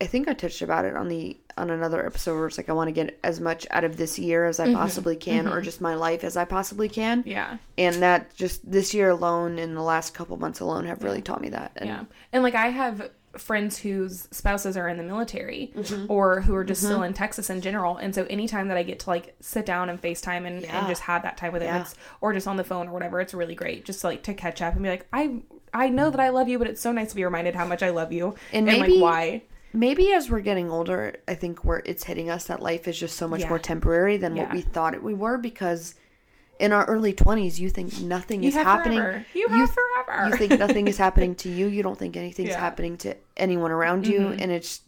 Speaker 1: I think I touched about it on the on another episode where it's like I want to get as much out of this year as I possibly can, or just my life as I possibly can.
Speaker 2: Mm-hmm. Yeah.
Speaker 1: and that just this year alone and the last couple months alone have really taught me that and
Speaker 2: Yeah. And like I have friends whose spouses are in the military
Speaker 1: Mm-hmm.
Speaker 2: or who are just still in Texas in general. And so anytime that I get to like sit down and FaceTime and, and
Speaker 1: Yeah.
Speaker 2: just have that time with them,
Speaker 1: Yeah.
Speaker 2: it's, or just on the phone or whatever, it's really great just like to catch up and be like, I, I know that I love you, but it's so nice to be reminded how much I love you
Speaker 1: And
Speaker 2: and,
Speaker 1: maybe-
Speaker 2: like why.
Speaker 1: maybe as we're getting older i think we're it's hitting us that life is just so much
Speaker 2: Yeah.
Speaker 1: more temporary than what
Speaker 2: Yeah.
Speaker 1: we thought it we were because in our early 20s you think nothing
Speaker 2: You
Speaker 1: is
Speaker 2: have
Speaker 1: happening
Speaker 2: forever. You have forever.
Speaker 1: you think nothing is happening to you you don't think anything's
Speaker 2: Yeah. Mm-hmm.
Speaker 1: happening to anyone around you and it's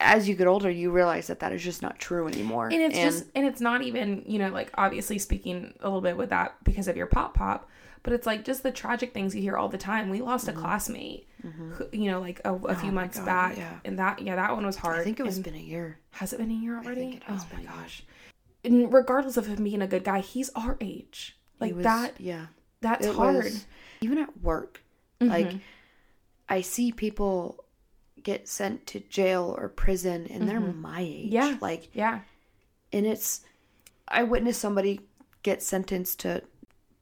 Speaker 1: as you get older you realize that that is just not true anymore
Speaker 2: and it's just and it's not even you know like obviously speaking a little bit with that because of your pop pop but it's like just the tragic things you hear all the time we lost
Speaker 1: Mm-hmm.
Speaker 2: a classmate who, you know like a, a few months
Speaker 1: Oh God,
Speaker 2: back
Speaker 1: yeah.
Speaker 2: and that yeah that one was hard
Speaker 1: i think it was
Speaker 2: And-
Speaker 1: been a year
Speaker 2: has it been a year already
Speaker 1: think it has
Speaker 2: oh
Speaker 1: been a
Speaker 2: my
Speaker 1: year.
Speaker 2: gosh and regardless of him being a good guy he's our age like
Speaker 1: It was-
Speaker 2: that
Speaker 1: yeah
Speaker 2: that's
Speaker 1: it
Speaker 2: hard Mm-hmm.
Speaker 1: was- even at work like i see people get sent to jail or prison and they're my age
Speaker 2: Mm-hmm. Yeah.
Speaker 1: like
Speaker 2: yeah
Speaker 1: and it's i witnessed somebody get sentenced to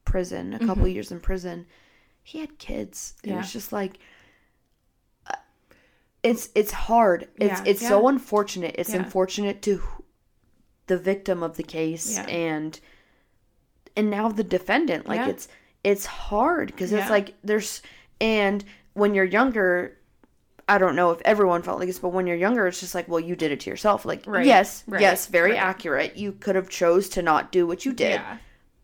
Speaker 1: prison a couple years in prison he had kids and
Speaker 2: Mm-hmm. Yeah.
Speaker 1: it's just like uh, it's it's hard it's
Speaker 2: Yeah.
Speaker 1: it's so
Speaker 2: Yeah.
Speaker 1: unfortunate it's
Speaker 2: Yeah.
Speaker 1: unfortunate to wh- the victim of the case
Speaker 2: Yeah.
Speaker 1: and and now the defendant like
Speaker 2: Yeah.
Speaker 1: it's it's hard because it's
Speaker 2: Yeah.
Speaker 1: like there's and when you're younger I don't know if everyone felt like this, but when you're younger, it's just like, well, you did it to yourself. Like,
Speaker 2: Right,
Speaker 1: yes,
Speaker 2: right,
Speaker 1: yes, very
Speaker 2: right.
Speaker 1: accurate. You could have chose to not do what you did,
Speaker 2: yeah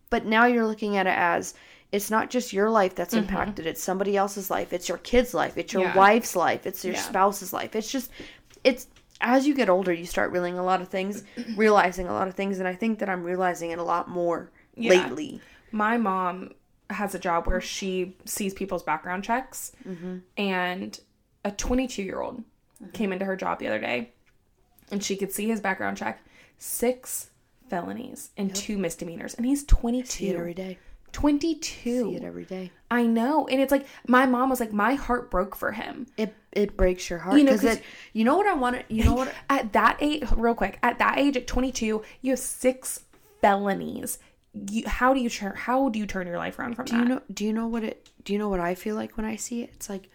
Speaker 1: but now you're looking at it as it's not just your life that's impacted; it's somebody else's life, it's your kid's life, it's your
Speaker 2: Mm-hmm. Yeah.
Speaker 1: wife's life, it's your
Speaker 2: Yeah.
Speaker 1: spouse's life. It's just, it's as you get older, you start realizing a lot of things, realizing a lot of things, and I think that I'm realizing it a lot more
Speaker 2: Yeah.
Speaker 1: lately.
Speaker 2: my mom has a job where she sees people's background checks
Speaker 1: Mm-hmm.
Speaker 2: and a 22 year old came into her job the other day and she could see his background check six felonies and two misdemeanors and he's
Speaker 1: See it
Speaker 2: 22
Speaker 1: every day. See it
Speaker 2: 22
Speaker 1: every day.
Speaker 2: i know and it's like my mom was like my heart broke for him
Speaker 1: It it breaks your heart
Speaker 2: You know,
Speaker 1: because
Speaker 2: 'cause-
Speaker 1: it. You know what I want to. You know what.
Speaker 2: at that age real quick at that age at 22 you have six felonies you, how do you turn how do you turn your life around from that
Speaker 1: Do you know do you know what it do you know what I feel like when I see it? It's like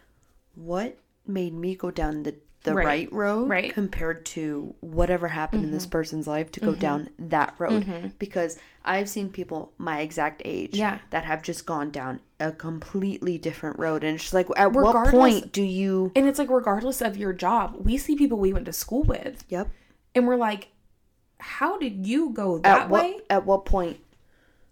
Speaker 1: what made me go down the the
Speaker 2: Right.
Speaker 1: right, road
Speaker 2: Right.
Speaker 1: compared to whatever happened in this person's life to go down that road because I've seen people my exact age
Speaker 2: Yeah.
Speaker 1: that have just gone down a completely different road and it's just like at what
Speaker 2: Regardless-
Speaker 1: point do you
Speaker 2: And it's like, regardless of your job, we see people we went to school with,
Speaker 1: yep
Speaker 2: and we're like, how did you go
Speaker 1: at
Speaker 2: that
Speaker 1: what
Speaker 2: way?
Speaker 1: at what point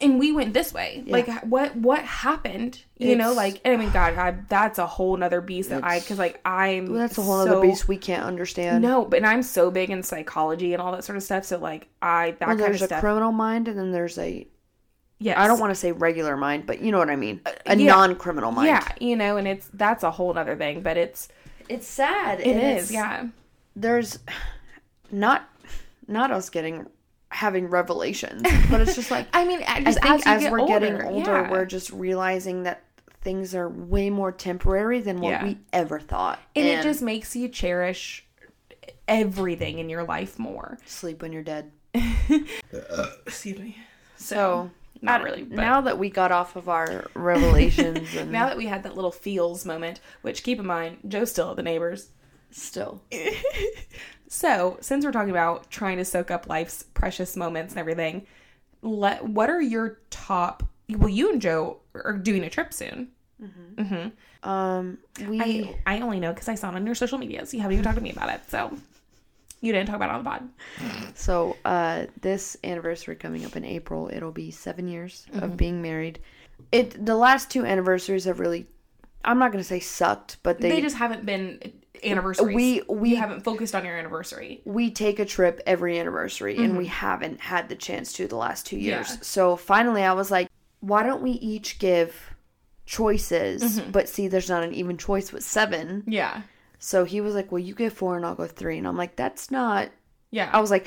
Speaker 2: And we went this way. Like, h- what what happened? You know,
Speaker 1: It's-
Speaker 2: like, and I mean, God, I, that's a whole nother beast that I, because like, I'm
Speaker 1: that's a whole
Speaker 2: so,
Speaker 1: other beast we can't understand
Speaker 2: No, but and I'm so big in psychology and all that sort of stuff. So like, I that kind of
Speaker 1: there's a
Speaker 2: stuff.
Speaker 1: criminal mind and then there's a
Speaker 2: yes,
Speaker 1: I don't want to say regular mind but you know what I mean a
Speaker 2: yeah.
Speaker 1: non-criminal mind
Speaker 2: Yeah, you know, and it's that's a whole nother thing. But it's
Speaker 1: it's sad
Speaker 2: it
Speaker 1: and
Speaker 2: is.
Speaker 1: it's-
Speaker 2: yeah.
Speaker 1: there's not not us getting having revelations but it's just like
Speaker 2: I mean, I
Speaker 1: i
Speaker 2: just
Speaker 1: think
Speaker 2: as, you
Speaker 1: as,
Speaker 2: get
Speaker 1: we're getting older
Speaker 2: yeah.
Speaker 1: we're just realizing that things are way more temporary than what
Speaker 2: Yeah.
Speaker 1: we ever thought
Speaker 2: and it just makes you cherish everything in your life more.
Speaker 1: sleep when you're dead
Speaker 2: Excuse me.
Speaker 1: so
Speaker 2: Not
Speaker 1: I-
Speaker 2: really, but now,
Speaker 1: now that we got off of our revelations and
Speaker 2: that we had that little feels moment, which keep in mind, Joe's still at the neighbors.
Speaker 1: still
Speaker 2: So, since we're talking about trying to soak up life's precious moments and everything, let what are your top? Well, you and Joe are doing a trip soon.
Speaker 1: um we
Speaker 2: I, I only know because I saw it on your social media, so you haven't even talked to me about it. So, you didn't talk about it on the pod.
Speaker 1: So uh, this anniversary coming up in April, it'll be seven years of being married. It the last two anniversaries have really I'm not gonna say sucked, but
Speaker 2: They
Speaker 1: they,
Speaker 2: just haven't been anniversaries.
Speaker 1: we
Speaker 2: you
Speaker 1: we
Speaker 2: haven't focused on your anniversary.
Speaker 1: we take a trip every anniversary, and we haven't had the chance to the last two years.
Speaker 2: Yeah.
Speaker 1: So finally, I was like, why don't we each give choices? But see, there's not an even choice with seven.
Speaker 2: Yeah.
Speaker 1: So he was like, well, you give four, and I'll go three, and I'm like, that's not. I
Speaker 2: Yeah.
Speaker 1: was like,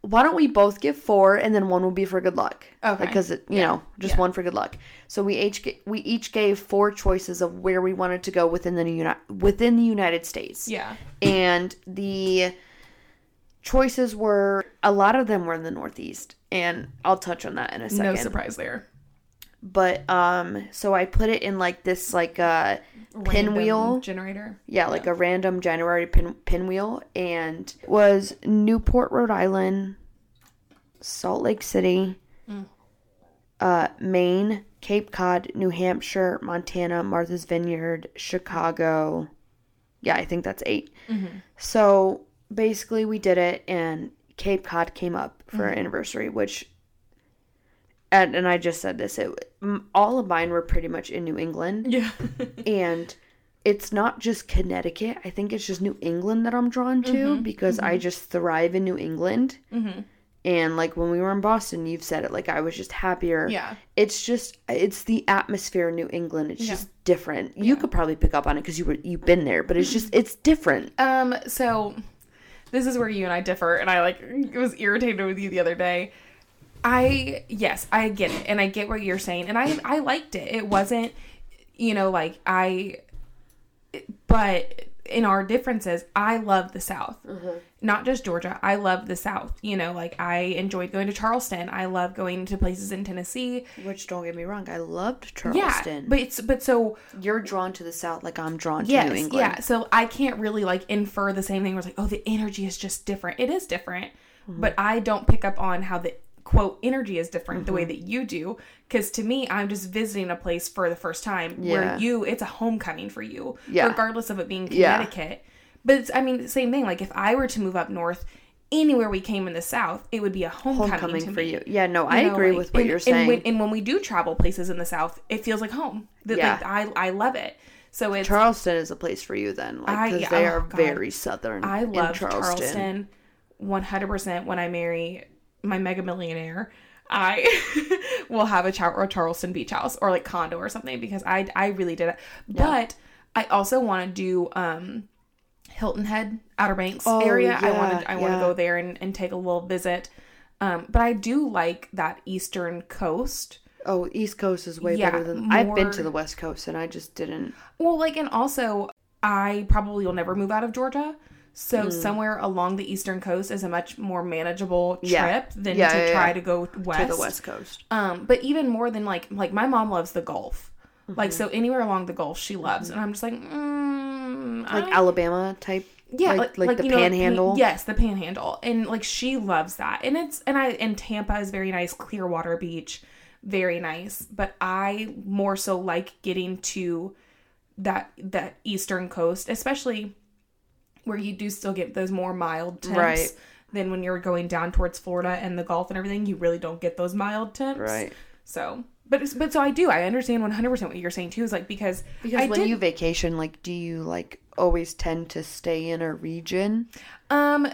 Speaker 1: why don't we both give four, and then one will be for good luck.
Speaker 2: Okay.
Speaker 1: Because it, you know, just one for good luck. So we each ga- we each gave four choices of where we wanted to go within the Uni- within the United States,
Speaker 2: Yeah.
Speaker 1: and the choices were a lot of them were in the Northeast, and I'll touch on that in a
Speaker 2: No
Speaker 1: second.
Speaker 2: surprise there.
Speaker 1: but um, so I put it in like this like uh Pinwheel.
Speaker 2: Random generator.
Speaker 1: yeah, like a random January pin, pinwheel, and it was Newport, Rhode Island, Salt Lake City, uh, Maine, Cape Cod, New Hampshire, Montana, Martha's Vineyard, Chicago. Yeah, I think that's 8 So basically, we did it, and Cape Cod came up for our anniversary, which. And, and I just said this. It, m- all of mine were pretty much in New England
Speaker 2: Yeah.
Speaker 1: and it's not just Connecticut. I think it's just New England that I'm drawn to
Speaker 2: Mm-hmm.
Speaker 1: because I just thrive in New England. And like when we were in Boston, you've said it. Like I was just happier.
Speaker 2: Yeah.
Speaker 1: It's just it's the atmosphere in New England. It's just different. You could probably pick up on it because you were you've been there, but it's just it's different.
Speaker 2: Um, so this is where you and I differ, and I like was irritated with you the other day. I yes, I get it, and I get what you're saying, and I I liked it. It wasn't, you know, like I, but in our differences, I love the South, not just Georgia. I love the South. You know, like I enjoyed going to Charleston. I love going to places in Tennessee.
Speaker 1: Which don't get me wrong, I loved
Speaker 2: Yeah,
Speaker 1: Charleston.
Speaker 2: but it's but so
Speaker 1: but you're drawn to the South like I'm drawn to
Speaker 2: Yes,
Speaker 1: New England.
Speaker 2: Yeah, so I can't really like infer the same thing. Where it's like, oh, the energy is just different. It is different, but I don't pick up on how the quote energy is different the way that you do. Because to me, I'm just visiting a place for the first time.
Speaker 1: Yeah.
Speaker 2: Where you, it's a homecoming for you,
Speaker 1: Yeah.
Speaker 2: regardless of it being
Speaker 1: Yeah.
Speaker 2: Connecticut. But it's, I mean, same thing. Like if I were to move up north, anywhere we came in the south, it would be a homecoming,
Speaker 1: Homecoming
Speaker 2: to
Speaker 1: for
Speaker 2: me.
Speaker 1: you. Yeah, no, I
Speaker 2: You know,
Speaker 1: agree
Speaker 2: like,
Speaker 1: with what
Speaker 2: and-
Speaker 1: you're saying.
Speaker 2: And when, and when we do travel places in the South, it feels like home. That,
Speaker 1: Yeah.
Speaker 2: Like, I, I love it. So it's,
Speaker 1: Charleston is a place for you then, like
Speaker 2: I-
Speaker 1: because
Speaker 2: yeah,
Speaker 1: they
Speaker 2: oh,
Speaker 1: are
Speaker 2: God.
Speaker 1: very southern.
Speaker 2: I
Speaker 1: in
Speaker 2: love Charleston. 100% when I marry my mega millionaire. I will have a, Char- a Charleston beach house or like condo or something because I, I really did it. But I also want to do um, Hilton Head, Outer Banks
Speaker 1: Oh,
Speaker 2: area. I want
Speaker 1: yeah,
Speaker 2: to I want to
Speaker 1: yeah.
Speaker 2: go there and, and take a little visit. Um, but I do like that eastern coast.
Speaker 1: Oh, East Coast is way
Speaker 2: Yeah,
Speaker 1: better than I've been
Speaker 2: more-
Speaker 1: to the West Coast and I just didn't.
Speaker 2: Well, like, and also, I probably will never move out of Georgia. So
Speaker 1: Mm.
Speaker 2: somewhere along the eastern coast is a much more manageable trip
Speaker 1: Yeah.
Speaker 2: than
Speaker 1: Yeah,
Speaker 2: to
Speaker 1: yeah,
Speaker 2: try
Speaker 1: yeah.
Speaker 2: to go west.
Speaker 1: To the West Coast.
Speaker 2: Um, but even more than like like my mom loves the Gulf.
Speaker 1: Mm-hmm.
Speaker 2: Like so anywhere along the Gulf she loves, and I'm just like, mm, I
Speaker 1: Like
Speaker 2: don't
Speaker 1: Alabama type.
Speaker 2: yeah,
Speaker 1: Like, like, the
Speaker 2: you know, pan-
Speaker 1: panhandle.
Speaker 2: yes, the panhandle, and like she loves that, and it's and I and Tampa is very nice, Clearwater Beach, very nice. But I more so like getting to that that eastern coast, especially where you do still get those more mild temps.
Speaker 1: Right.
Speaker 2: Than when you're going down towards Florida and the Gulf and everything, you really don't get those mild temps.
Speaker 1: Right.
Speaker 2: So, but it's, but so I do. I understand 100 percent what you're saying too. Is like because
Speaker 1: Because
Speaker 2: I
Speaker 1: when
Speaker 2: did-
Speaker 1: you vacation, like, do you like always tend to stay in a region?
Speaker 2: Um,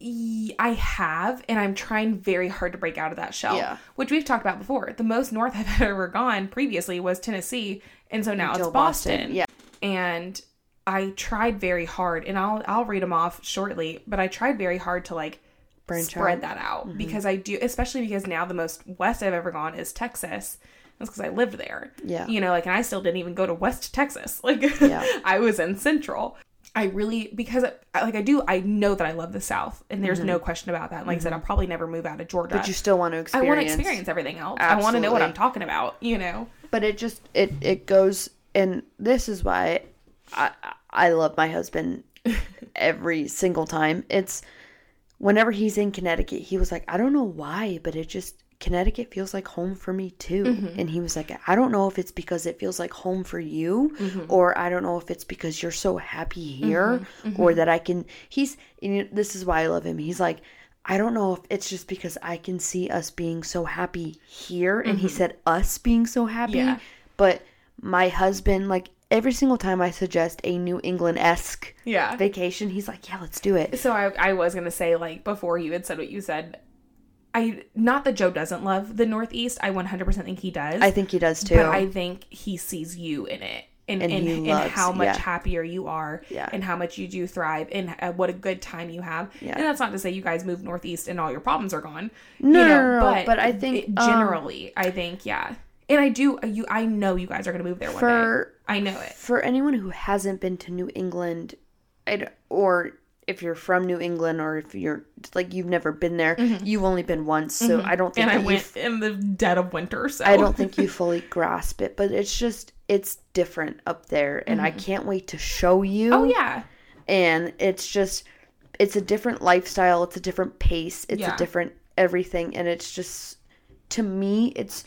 Speaker 2: y- I have, and I'm trying very hard to break out of that shell.
Speaker 1: Yeah.
Speaker 2: Which we've talked about before. The most north I've ever gone previously was Tennessee, and so now
Speaker 1: Until
Speaker 2: it's Boston.
Speaker 1: Boston, yeah.
Speaker 2: And I tried very hard, and I'll I'll read them off shortly. But I tried very hard to like
Speaker 1: Branch
Speaker 2: spread
Speaker 1: out. Mm-hmm.
Speaker 2: that out because I do, especially because now the most west I've ever gone is Texas. That's because I lived there.
Speaker 1: Yeah.
Speaker 2: You know, like, and I still didn't even go to West Texas. Like,
Speaker 1: Yeah.
Speaker 2: I was in Central. I really, because, I, like, I do, I know that I love the South, and there's no question about that. Like I said, I'll probably never move out of Georgia.
Speaker 1: Mm-hmm. But you still want to
Speaker 2: I
Speaker 1: experience.
Speaker 2: want to experience everything else. I want to know
Speaker 1: Absolutely.
Speaker 2: what I'm talking about, you know?
Speaker 1: But it just it it goes, and this is why I I love my husband every single time. It's whenever he's in Connecticut, he was like, I don't know why, but it just Connecticut feels like home for me too.
Speaker 2: Mm-hmm.
Speaker 1: And he was like, I don't know if it's because it feels like home for you,
Speaker 2: Mm-hmm.
Speaker 1: or I don't know if it's because you're so happy here,
Speaker 2: Mm-hmm.
Speaker 1: or that I can. He's and you- this is why I love him. He's like. I don't know if it's just because I can see us being so happy here. And he said, us being so happy.
Speaker 2: Mm-hmm. Yeah.
Speaker 1: But my husband, like, every single time I suggest a New England esque
Speaker 2: Yeah.
Speaker 1: vacation, he's like, yeah, let's do it.
Speaker 2: So I, I was gonna say like before you had said what you said, I not that Joe doesn't love the Northeast. I 100% think he does.
Speaker 1: I think he does too.
Speaker 2: but I think he sees you in it. And,
Speaker 1: And
Speaker 2: and,
Speaker 1: he
Speaker 2: and
Speaker 1: loves-
Speaker 2: how much
Speaker 1: yeah.
Speaker 2: happier you are,
Speaker 1: Yeah.
Speaker 2: and how much you do thrive, and uh, what a good time you have.
Speaker 1: Yeah.
Speaker 2: And that's not to say you guys move northeast and all your problems are gone.
Speaker 1: No,
Speaker 2: you
Speaker 1: no, no, no, but I think, um,
Speaker 2: generally, I think yeah, and I do. uh, You, I know you guys are gonna move there one
Speaker 1: for
Speaker 2: day. I know it.
Speaker 1: for anyone who hasn't been to New England, I d or if you're from New England or if you're like you've never been there, you've only been once, so I don't think
Speaker 2: Mm-hmm. And I
Speaker 1: that you
Speaker 2: went in the dead of winter, so
Speaker 1: I don't think you fully grasp it, but it's just it's different up there, and I can't wait to show you.
Speaker 2: Mm-hmm. Oh yeah,
Speaker 1: And it's just it's a different lifestyle, it's a different pace, it's
Speaker 2: Yeah.
Speaker 1: a different everything, and it's just to me it's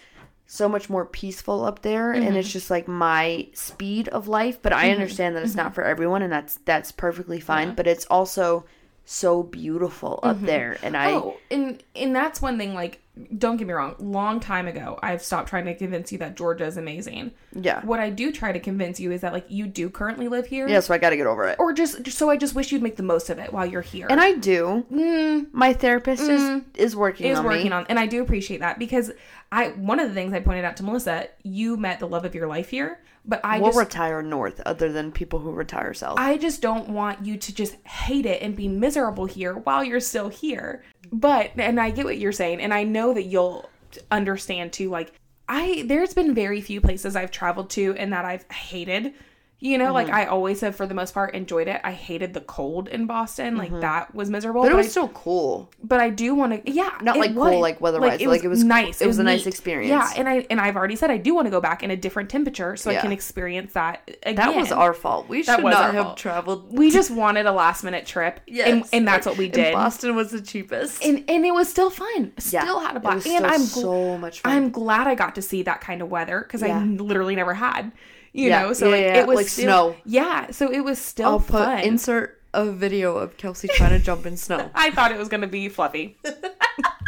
Speaker 1: so much more peaceful up there and
Speaker 2: Mm-hmm.
Speaker 1: it's just like my speed of life but i understand that it's
Speaker 2: Mm-hmm.
Speaker 1: not for everyone and that's that's perfectly fine but it's also so beautiful up there and i
Speaker 2: Oh, and and that's one thing. Like, don't get me wrong. Long time ago, I've stopped trying to convince you that Georgia is amazing.
Speaker 1: yeah
Speaker 2: What I do try to convince you is that like you do currently live here,
Speaker 1: yeah so i gotta get over it
Speaker 2: or just just- so I just wish you'd make the most of it while you're here.
Speaker 1: and i do
Speaker 2: Mm,
Speaker 1: my therapist is is working
Speaker 2: is
Speaker 1: on
Speaker 2: working
Speaker 1: me.
Speaker 2: on, and I do appreciate that because I one of the things I pointed out to Melissa, you met the love of your life here, but I
Speaker 1: we'll
Speaker 2: just
Speaker 1: retire north, other than people who retire south.
Speaker 2: I just don't want you to just hate it and be miserable here while you're still here. But and I get what you're saying and I know that you'll understand too like I there's been very few places I've traveled to and that I've hated. You know,
Speaker 1: Mm-hmm.
Speaker 2: like I always have for the most part enjoyed it. I hated the cold in Boston. Like that was miserable.
Speaker 1: Mm-hmm. but it
Speaker 2: but
Speaker 1: was
Speaker 2: I-
Speaker 1: still cool.
Speaker 2: but I do want to. Yeah,
Speaker 1: Not,
Speaker 2: it
Speaker 1: like, cool,
Speaker 2: was.
Speaker 1: like, weather-wise, but, like, it was-
Speaker 2: nice.
Speaker 1: it was a nice
Speaker 2: neat.
Speaker 1: experience.
Speaker 2: Yeah, and I and I've already said I do want to go back in a different temperature so I
Speaker 1: Yeah.
Speaker 2: can experience that again.
Speaker 1: That was our fault. We should
Speaker 2: was
Speaker 1: not
Speaker 2: our
Speaker 1: have
Speaker 2: fault.
Speaker 1: traveled.
Speaker 2: We just wanted a last minute trip. and,
Speaker 1: Yes.
Speaker 2: and that's what we
Speaker 1: And
Speaker 2: did. And,
Speaker 1: Boston was the cheapest.
Speaker 2: and it was still fun. Still
Speaker 1: Yeah,
Speaker 2: had a
Speaker 1: it
Speaker 2: blast.
Speaker 1: was
Speaker 2: And
Speaker 1: still
Speaker 2: I'm gl-
Speaker 1: so much fun.
Speaker 2: I'm glad I got to see that kind of weather because I
Speaker 1: Yeah.
Speaker 2: literally never had. You
Speaker 1: Yeah,
Speaker 2: know, so
Speaker 1: yeah,
Speaker 2: like
Speaker 1: yeah, yeah,
Speaker 2: it was
Speaker 1: like
Speaker 2: still-
Speaker 1: snow.
Speaker 2: Yeah, so it was still
Speaker 1: I'll put
Speaker 2: Oh, fun.
Speaker 1: insert a video of Kelsey trying to jump in snow.
Speaker 2: I thought it was gonna be fluffy.
Speaker 1: it,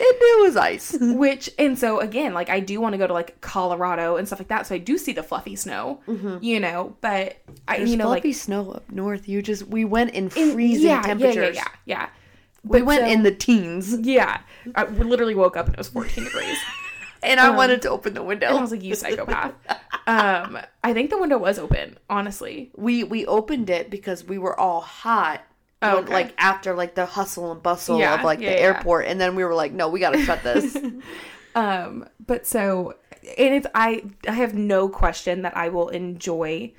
Speaker 1: it was ice.
Speaker 2: Which and so again, like I do want to go to like Colorado and stuff like that, so I do see the fluffy snow, you know. But I,
Speaker 1: Mm-hmm. There's
Speaker 2: you know,
Speaker 1: fluffy
Speaker 2: like
Speaker 1: snow up north. You just we went in
Speaker 2: in-
Speaker 1: freezing
Speaker 2: yeah,
Speaker 1: temperatures.
Speaker 2: yeah, yeah, yeah, yeah.
Speaker 1: We
Speaker 2: But
Speaker 1: went
Speaker 2: so-
Speaker 1: in the teens,
Speaker 2: yeah. I we literally woke up and it was 14 degrees,
Speaker 1: and I wanted to open the
Speaker 2: Um, and I
Speaker 1: window.
Speaker 2: was like, "You psychopath." um, I think the window was open, honestly.
Speaker 1: We we opened it because we were all hot.
Speaker 2: Oh,
Speaker 1: when,
Speaker 2: okay.
Speaker 1: Like after like the hustle and bustle
Speaker 2: Yeah,
Speaker 1: of like
Speaker 2: yeah,
Speaker 1: the
Speaker 2: yeah.
Speaker 1: airport, and then we were like, no, we gotta shut this.
Speaker 2: Um, but so and it's I I have no question that I will enjoy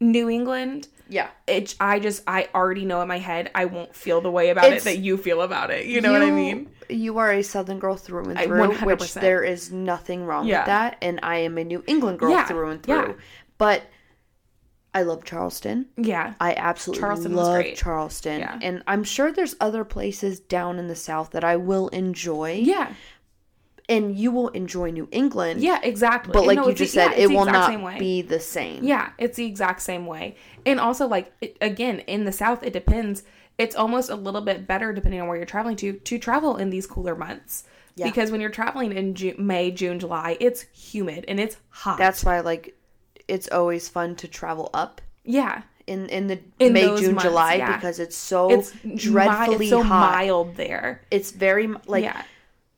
Speaker 2: New England.
Speaker 1: yeah,
Speaker 2: It, I just I already know in my head I won't feel the way about
Speaker 1: It's-
Speaker 2: it that you feel about it. You know what I mean?
Speaker 1: You are a Southern girl through and
Speaker 2: I-
Speaker 1: through, which
Speaker 2: 100%.
Speaker 1: there is nothing wrong
Speaker 2: Yeah.
Speaker 1: with that, and I am a New England girl
Speaker 2: Yeah,
Speaker 1: through and
Speaker 2: yeah.
Speaker 1: through. But I love Charleston.
Speaker 2: Yeah.
Speaker 1: I absolutely
Speaker 2: Charleston was
Speaker 1: love
Speaker 2: great.
Speaker 1: Charleston,
Speaker 2: Yeah.
Speaker 1: and I'm sure there's other places down in the South that I will enjoy.
Speaker 2: Yeah.
Speaker 1: and you will enjoy New England.
Speaker 2: Yeah, exactly.
Speaker 1: but
Speaker 2: And
Speaker 1: like
Speaker 2: no,
Speaker 1: you
Speaker 2: it's the-
Speaker 1: just
Speaker 2: yeah,
Speaker 1: said,
Speaker 2: it's
Speaker 1: it
Speaker 2: the
Speaker 1: will
Speaker 2: exact
Speaker 1: not
Speaker 2: same way.
Speaker 1: be the same.
Speaker 2: Yeah, it's the exact same way. And also like it, again, in the south it depends. It's almost a little bit better depending on where you're traveling to to travel in these cooler months.
Speaker 1: Yeah.
Speaker 2: Because when you're traveling in Ju- May, June, July, it's humid and it's hot.
Speaker 1: that's why like it's always fun to travel up
Speaker 2: yeah.
Speaker 1: in in the
Speaker 2: In
Speaker 1: May,
Speaker 2: those
Speaker 1: June,
Speaker 2: months,
Speaker 1: July
Speaker 2: yeah.
Speaker 1: because it's so
Speaker 2: It's dreadfully
Speaker 1: Oh, dreadfully
Speaker 2: it's so
Speaker 1: hot.
Speaker 2: mild there.
Speaker 1: It's very m- like
Speaker 2: yeah.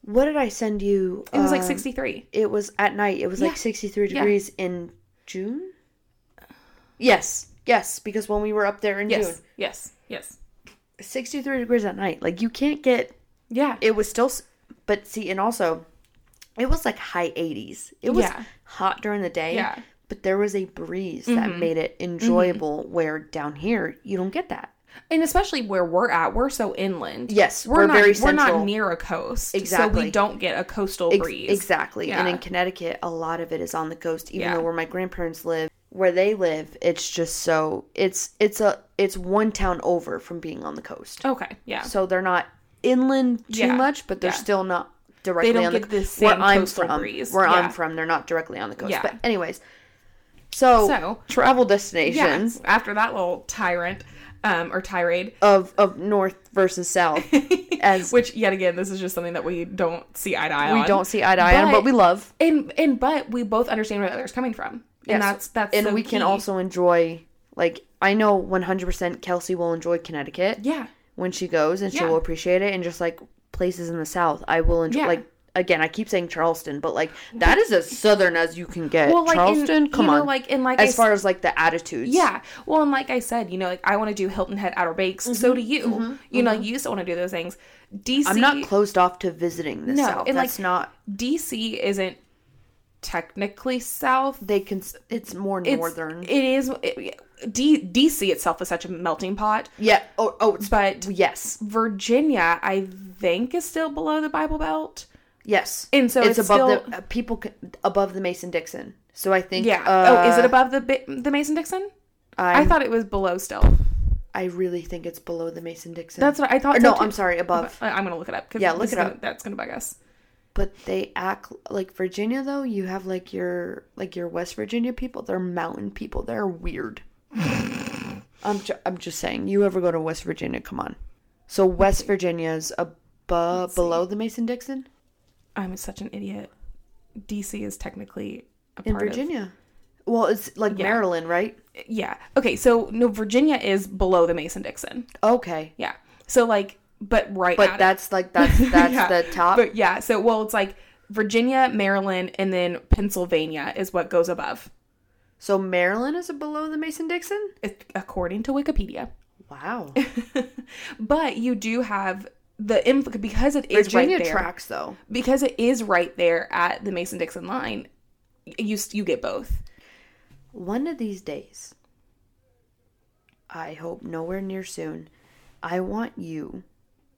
Speaker 1: what did I send you?
Speaker 2: It was like
Speaker 1: Um,
Speaker 2: 63.
Speaker 1: It was at night. It was
Speaker 2: Yeah.
Speaker 1: like 63
Speaker 2: Yeah.
Speaker 1: degrees in June. Yes, yes, because when we were up there in
Speaker 2: Yes.
Speaker 1: June,
Speaker 2: Yes. Yes.
Speaker 1: 63 degrees at night. Like you can't get.
Speaker 2: Yeah.
Speaker 1: It was still, s- but see, and also, it was like high 80s. It was
Speaker 2: Yeah.
Speaker 1: hot during the day.
Speaker 2: Yeah. Mm-hmm.
Speaker 1: But there was a breeze that made it enjoyable. Where down here you don't get that.
Speaker 2: and especially where we're at, we're so inland.
Speaker 1: Yes,
Speaker 2: we're,
Speaker 1: we're
Speaker 2: not,
Speaker 1: very
Speaker 2: We're not
Speaker 1: central.
Speaker 2: near a coast, so we
Speaker 1: Exactly.
Speaker 2: don't get a coastal
Speaker 1: Ex-
Speaker 2: breeze.
Speaker 1: Exactly. And
Speaker 2: Yeah.
Speaker 1: in Connecticut, a lot of it is on the coast, even
Speaker 2: Yeah.
Speaker 1: though where my grandparents live, where they live, it's just so it's it's a it's one town over from being on the coast.
Speaker 2: Okay, yeah,
Speaker 1: So they're not inland too
Speaker 2: Yeah.
Speaker 1: much, but they're
Speaker 2: Yeah.
Speaker 1: still not directly
Speaker 2: don't
Speaker 1: on the
Speaker 2: get
Speaker 1: co-
Speaker 2: the same
Speaker 1: where I'm
Speaker 2: coastal
Speaker 1: from.
Speaker 2: breeze.
Speaker 1: Where
Speaker 2: Yeah.
Speaker 1: I'm from, they're not directly on the coast.
Speaker 2: Yeah.
Speaker 1: But anyways, so,
Speaker 2: So-
Speaker 1: travel
Speaker 2: yeah.
Speaker 1: destinations
Speaker 2: After that little tyrant, um, or tirade,
Speaker 1: of of north versus south, as
Speaker 2: which yet again, this is just something that we don't see eye to eye on.
Speaker 1: we don't see eye to eye on,
Speaker 2: But-
Speaker 1: but we love.
Speaker 2: and and but we both understand where the other's coming from.
Speaker 1: Yes.
Speaker 2: and that's that's
Speaker 1: and
Speaker 2: so
Speaker 1: we can
Speaker 2: key.
Speaker 1: also enjoy like I know 100% Kelsey will enjoy Connecticut
Speaker 2: yeah
Speaker 1: when she goes and she
Speaker 2: Yeah.
Speaker 1: will appreciate it and just like places in the south I will enjoy
Speaker 2: Yeah.
Speaker 1: like again I keep saying Charleston but like that is as southern as you can get
Speaker 2: well like
Speaker 1: Charleston
Speaker 2: in,
Speaker 1: come
Speaker 2: you know,
Speaker 1: on
Speaker 2: like in like I
Speaker 1: as
Speaker 2: s-
Speaker 1: far as like the attitudes
Speaker 2: Yeah. Well, and like I said, you know, like I want to do Hilton Head Outer Banks. So do you. You know, you still want to do those things. DC.
Speaker 1: Mm-hmm. I'm not closed off to visiting the
Speaker 2: No,
Speaker 1: south
Speaker 2: and, like,
Speaker 1: that's not
Speaker 2: DC isn't technically South.
Speaker 1: they can it's more
Speaker 2: It's,
Speaker 1: northern
Speaker 2: It is. It, D, DC itself is such a melting pot,
Speaker 1: yeah oh oh it's
Speaker 2: but
Speaker 1: yes
Speaker 2: Virginia, I think, is still below the Bible Belt.
Speaker 1: yes
Speaker 2: And so
Speaker 1: it's,
Speaker 2: it's
Speaker 1: above
Speaker 2: still-
Speaker 1: the uh, people c above the Mason Dixon so I think
Speaker 2: Yeah.
Speaker 1: uh,
Speaker 2: oh, is it above the Bi- the Mason Dixon? I
Speaker 1: I'm-
Speaker 2: thought it was below still.
Speaker 1: I really think it's below the Mason Dixon.
Speaker 2: That's what I thought.
Speaker 1: Or
Speaker 2: so
Speaker 1: no,
Speaker 2: too.
Speaker 1: I'm sorry, above.
Speaker 2: I- I'm gonna look it up. 'cause
Speaker 1: Yeah, look
Speaker 2: this
Speaker 1: it
Speaker 2: is gonna-
Speaker 1: up.
Speaker 2: That's gonna bug us.
Speaker 1: But they act like Virginia though. You have like your like your West Virginia people. They're mountain people. They're weird. I'm ju- I'm just saying. You ever go to West Virginia? Come on. So West Virginia's above below the Mason Dixon
Speaker 2: I'm such an idiot. DC is technically a
Speaker 1: in
Speaker 2: part of-
Speaker 1: Virginia. Well, it's like
Speaker 2: Yeah.
Speaker 1: Maryland, right?
Speaker 2: yeah. Okay, so no, Virginia is below the Mason Dixon.
Speaker 1: Okay,
Speaker 2: Yeah. So like, but right.
Speaker 1: but
Speaker 2: at it.
Speaker 1: that's like that's that's
Speaker 2: Yeah.
Speaker 1: the top.
Speaker 2: But yeah. So well, it's like Virginia, Maryland, and then Pennsylvania is what goes above,
Speaker 1: so Maryland is below the Mason Dixon.
Speaker 2: it, according to Wikipedia.
Speaker 1: Wow,
Speaker 2: But you do have the inf- because it is
Speaker 1: Virginia
Speaker 2: right there
Speaker 1: tracks though.
Speaker 2: because it is right there at the Mason Dixon line. You you get both.
Speaker 1: One of these days, I hope nowhere near soon, I want you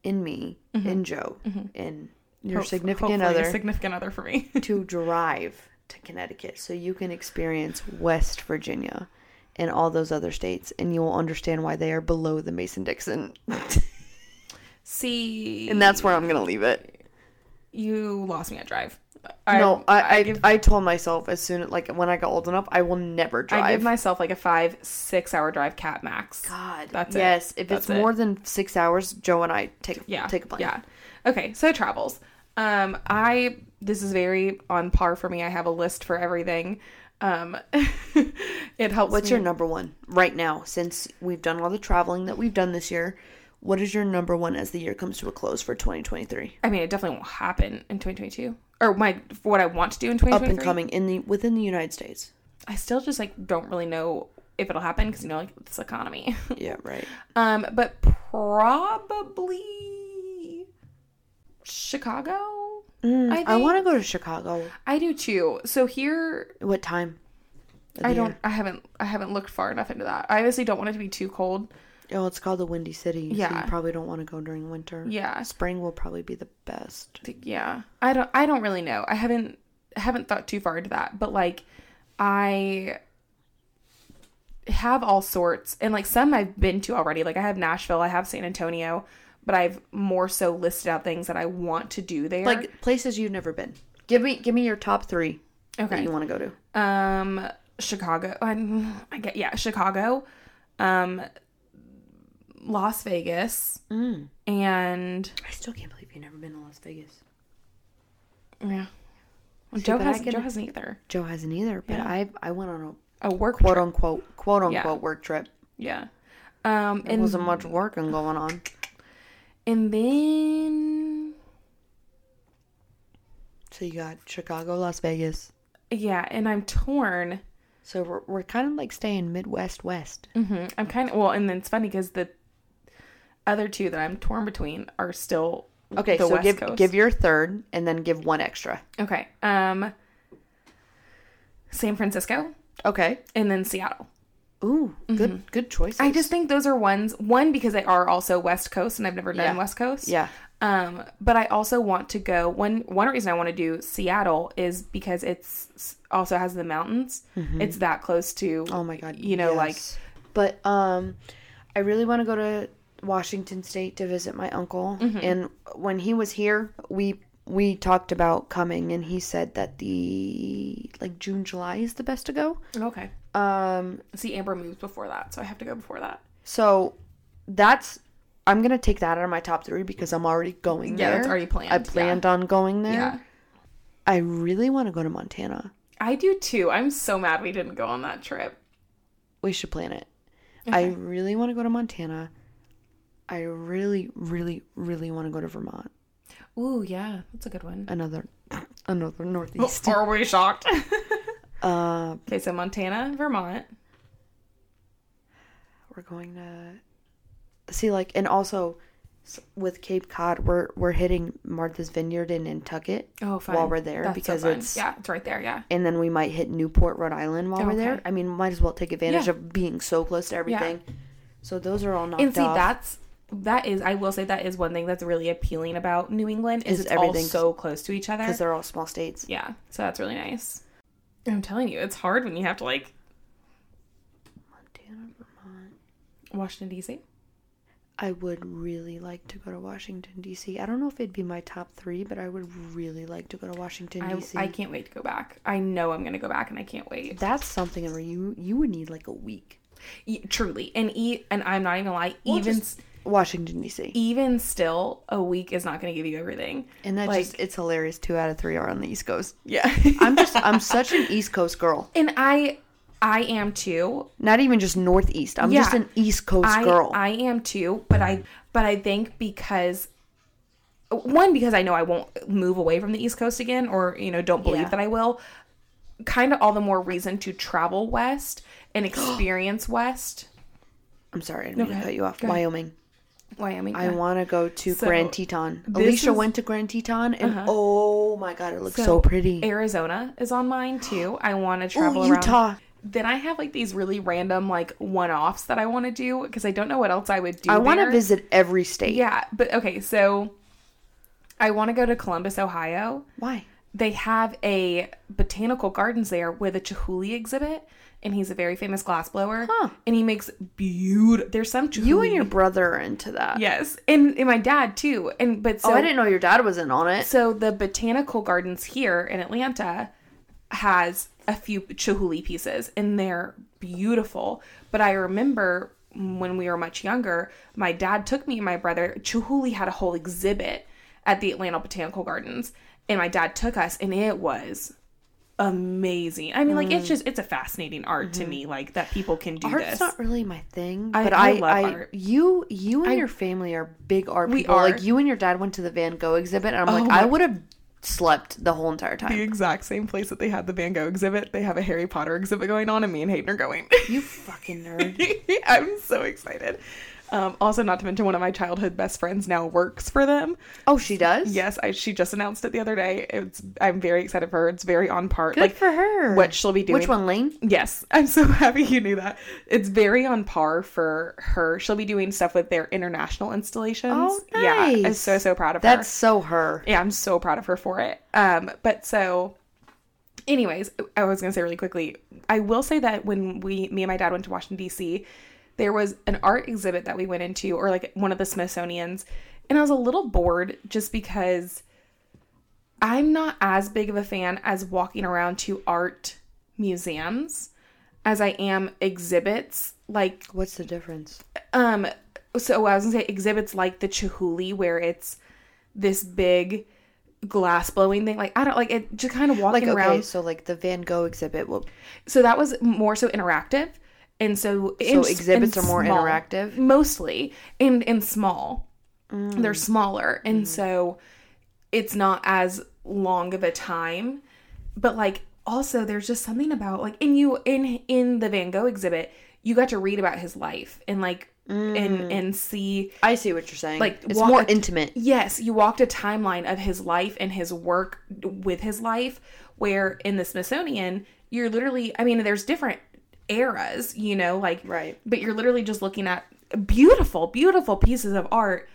Speaker 1: and me and Joe and your
Speaker 2: Hope-
Speaker 1: significant
Speaker 2: Mm-hmm. hopefully a
Speaker 1: other
Speaker 2: significant other for me.
Speaker 1: to drive to Connecticut so you can experience West Virginia and all those other states and you will understand why they are below the Mason Dixon.
Speaker 2: See,
Speaker 1: and that's where I'm going to leave it.
Speaker 2: you lost me at drive.
Speaker 1: no, I I, I,
Speaker 2: give,
Speaker 1: told myself as soon like when I got old enough, I will never drive.
Speaker 2: I give myself like a five, six hour drive cap max.
Speaker 1: God,
Speaker 2: That's it.
Speaker 1: yes. If it's
Speaker 2: That's it.
Speaker 1: more than six hours, Joe and I take
Speaker 2: Yeah.
Speaker 1: take a plane.
Speaker 2: Yeah. Okay, so travels. Um, I this is very on par for me. I have a list for everything. Um, it helps.
Speaker 1: What's
Speaker 2: me-
Speaker 1: your number one right now? Since we've done all the traveling that we've done this year, what is your number one as the year comes to a close for 2023?
Speaker 2: I mean, it definitely won't happen in 2022. Or my what I want to do in 2023.
Speaker 1: Up and coming in the within the United States.
Speaker 2: I still just like don't really know if it'll happen because you know like this economy.
Speaker 1: Yeah, right.
Speaker 2: Um, but probably Chicago. I,
Speaker 1: Mm, I,
Speaker 2: think-
Speaker 1: want to go to Chicago.
Speaker 2: I do too. So here,
Speaker 1: What time? of the
Speaker 2: I don't.
Speaker 1: year?
Speaker 2: I haven't. I haven't looked far enough into that. I obviously don't want it to be too cold.
Speaker 1: Oh, it's called the Windy City. so
Speaker 2: Yeah.
Speaker 1: you probably don't want to go during winter.
Speaker 2: Yeah.
Speaker 1: spring will probably be the best.
Speaker 2: Th- Yeah. I don't. I don't really know. I haven't. I haven't thought too far into that. But like, I have all sorts, and like some I've been to already. Like I have Nashville. I have San Antonio. But I've more so listed out things that I want to do there.
Speaker 1: Like places you've never been. Give me give me your top three
Speaker 2: okay,
Speaker 1: that you want to go to.
Speaker 2: um chicago i, I get yeah chicago um las vegas
Speaker 1: Mm.
Speaker 2: and
Speaker 1: I still can't believe you've never been to Las Vegas.
Speaker 2: yeah joe,
Speaker 1: but I
Speaker 2: has,
Speaker 1: can-
Speaker 2: joe hasn't either
Speaker 1: Joe hasn't either, but I I went on a
Speaker 2: a work
Speaker 1: quote
Speaker 2: trip.
Speaker 1: unquote quote
Speaker 2: Yeah.
Speaker 1: unquote work trip.
Speaker 2: yeah um
Speaker 1: There
Speaker 2: and
Speaker 1: wasn't much working going on.
Speaker 2: and then
Speaker 1: So you got Chicago, Las Vegas.
Speaker 2: yeah and i'm torn
Speaker 1: So we're, we're kind of like staying Midwest West.
Speaker 2: hmm i'm kind of well and then it's funny because the other two that i'm torn between are still
Speaker 1: Okay,
Speaker 2: The
Speaker 1: so
Speaker 2: West
Speaker 1: give
Speaker 2: Coast.
Speaker 1: give your third and then give one extra.
Speaker 2: okay um san francisco
Speaker 1: Okay.
Speaker 2: and then seattle
Speaker 1: Ooh, good good choices.
Speaker 2: I just think those are ones. One because they are also West Coast, and I've never done
Speaker 1: Yeah.
Speaker 2: West Coast.
Speaker 1: yeah.
Speaker 2: Um, but I also want to go. One one reason I want to do Seattle is because it's also has the mountains. It's that close to.
Speaker 1: Mm-hmm. Oh my god.
Speaker 2: You know, like-
Speaker 1: like but um I really want to go to Washington state to visit my uncle
Speaker 2: Mm-hmm.
Speaker 1: and when he was here, we we talked about coming and he said that the like June July is the best to go.
Speaker 2: Okay.
Speaker 1: Um
Speaker 2: See, Amber moves before that, so I have to go before that.
Speaker 1: so that's I'm going to take that out of my top 3 because I'm already going
Speaker 2: Yeah,
Speaker 1: there.
Speaker 2: that's already planned.
Speaker 1: I
Speaker 2: Yeah.
Speaker 1: planned on going there.
Speaker 2: Yeah.
Speaker 1: I really want to go to Montana.
Speaker 2: I do too. I'm so mad we didn't go on that trip.
Speaker 1: We should plan it. I really want to go to Montana. I really, really, really want to go to Vermont.
Speaker 2: Ooh, yeah, that's a good one.
Speaker 1: Another, another Northeast.
Speaker 2: Are we shocked?
Speaker 1: Uh,
Speaker 2: okay, so Montana, Vermont.
Speaker 1: we're going to see like, and also s- with Cape Cod, we're we're hitting Martha's Vineyard in Nantucket,
Speaker 2: Oh, fun.
Speaker 1: While we're there,
Speaker 2: That's so
Speaker 1: because
Speaker 2: fun.
Speaker 1: it's-
Speaker 2: yeah, it's right there. Yeah,
Speaker 1: and then we might hit Newport, Rhode Island, while we're there.
Speaker 2: Okay.
Speaker 1: I mean, might as well take advantage
Speaker 2: Yeah.
Speaker 1: of being so close to everything. So those are all knocked
Speaker 2: and see
Speaker 1: off.
Speaker 2: that's that is I will say that is one thing that's really appealing about New England is,
Speaker 1: Is
Speaker 2: it's all
Speaker 1: everything's-
Speaker 2: so close to each other.
Speaker 1: because they're all small states.
Speaker 2: Yeah, so that's really nice. I'm telling you, it's hard when you have to like
Speaker 1: Montana, Vermont.
Speaker 2: Washington D.C.
Speaker 1: I would really like to go to Washington D.C. I don't know if it'd be my top three, but I would really like to go to Washington
Speaker 2: I,
Speaker 1: D.C.
Speaker 2: I can't wait to go back. I know I'm gonna go back, and I can't wait.
Speaker 1: That's something where you you would need like a week.
Speaker 2: E- truly, and e- and I'm not even gonna lie, even E
Speaker 1: just- Washington D.C.
Speaker 2: even still, a week is not gonna give you everything.
Speaker 1: And that
Speaker 2: like-
Speaker 1: just it's hilarious. Two out of three are on the East Coast.
Speaker 2: Yeah,
Speaker 1: I'm just I'm such an East Coast girl.
Speaker 2: and I I am too.
Speaker 1: Not even just Northeast. I'm just
Speaker 2: Yeah.
Speaker 1: an East Coast
Speaker 2: I
Speaker 1: girl.
Speaker 2: I am too, but I but I think because one because I know I won't move away from the East Coast again, or you know, don't believe
Speaker 1: Yeah.
Speaker 2: that I will. Kind of all the more reason to travel west and experience west
Speaker 1: I'm sorry, I didn't mean to
Speaker 2: ahead.
Speaker 1: cut you off.
Speaker 2: Go ahead.
Speaker 1: Wyoming.
Speaker 2: Wyoming.
Speaker 1: I
Speaker 2: yeah.
Speaker 1: want to go to
Speaker 2: So,
Speaker 1: Grand Teton.
Speaker 2: this
Speaker 1: Alicia
Speaker 2: is- Uh-huh.
Speaker 1: went to Grand Teton, and oh my god, it looks so, pretty.
Speaker 2: Arizona is on mine too. I want to travel
Speaker 1: Ooh,
Speaker 2: around.
Speaker 1: Utah.
Speaker 2: Then I have like these really random like one-offs that I want to do because I don't know what else I would do.
Speaker 1: I want to
Speaker 2: there.
Speaker 1: visit every state.
Speaker 2: Yeah, but okay, so I want to go to Columbus, Ohio.
Speaker 1: Why?
Speaker 2: they have a botanical gardens there with a Chihuly exhibit, and he's a very famous glassblower.
Speaker 1: Huh.
Speaker 2: And he makes beautiful. There's some Chihuly.
Speaker 1: You and your brother are into that.
Speaker 2: yes, and, and my dad too. And but so
Speaker 1: oh, I didn't know your dad was in on it.
Speaker 2: so the botanical gardens here in Atlanta has a few Chihuly pieces, and they're beautiful. But I remember when we were much younger, my dad took me and my brother. Chihuly had a whole exhibit at the Atlanta Botanical Gardens, and my dad took us, and it was amazing. I mean, like it's just it's a fascinating art to me, like that people can do
Speaker 1: Art's
Speaker 2: this.
Speaker 1: not really my thing,
Speaker 2: I-
Speaker 1: but
Speaker 2: I
Speaker 1: I,
Speaker 2: love
Speaker 1: I,
Speaker 2: art.
Speaker 1: you, you and your family are big art
Speaker 2: We
Speaker 1: people.
Speaker 2: are. Oh
Speaker 1: Like you and your dad went to the Van Gogh exhibit, and I'm like,
Speaker 2: my-
Speaker 1: I would have slept the whole entire time.
Speaker 2: exact same place that they had the Van Gogh exhibit, they have a Harry Potter exhibit going on, and me and Hayden are going.
Speaker 1: You fucking nerd.
Speaker 2: I'm so excited. Um, also, not to mention, one of my childhood best friends now works for them.
Speaker 1: Oh, she does.
Speaker 2: Yes, I, she just announced it the other day. It's I'm very excited for her. It's very on part.
Speaker 1: Good
Speaker 2: like
Speaker 1: for her.
Speaker 2: what she'll be doing.
Speaker 1: Which one, Lane?
Speaker 2: Yes, I'm so happy you knew that. It's very on par for her. She'll be doing stuff with their international installations.
Speaker 1: Oh,
Speaker 2: Yeah, I'm
Speaker 1: nice.
Speaker 2: so so proud of her
Speaker 1: That's so her.
Speaker 2: yeah, I'm so proud of her for it. Um, but so, anyways, I was gonna say really quickly. I will say that when we, me and my dad went to Washington D.C., there was an art exhibit that we went into, or like one of the Smithsonian's, and I was a little bored just because I'm not as big of a fan as walking around to art museums as I am exhibits like
Speaker 1: What's the difference?
Speaker 2: um, so I was gonna say exhibits like the Chihuly, where it's this big glass blowing thing. Like I don't like it, just kind of
Speaker 1: Like
Speaker 2: walking
Speaker 1: okay,
Speaker 2: around.
Speaker 1: so like the Van Gogh exhibit. Well,
Speaker 2: So that was more so interactive, and so and-
Speaker 1: exhibits
Speaker 2: and
Speaker 1: are more
Speaker 2: small.
Speaker 1: interactive?
Speaker 2: mostly, and and small.
Speaker 1: Mm.
Speaker 2: They're smaller, and so it's not as long of a time but like also there's just something about like in you in in the van gogh exhibit you got to read about his life and like
Speaker 1: Mm.
Speaker 2: and and see
Speaker 1: I see what you're saying.
Speaker 2: Like,
Speaker 1: it's
Speaker 2: walk-
Speaker 1: more intimate.
Speaker 2: yes you walked a timeline of his life and his work with his life where in the smithsonian you're literally i mean there's different eras you know like
Speaker 1: Right.
Speaker 2: but you're literally just looking at beautiful beautiful pieces of art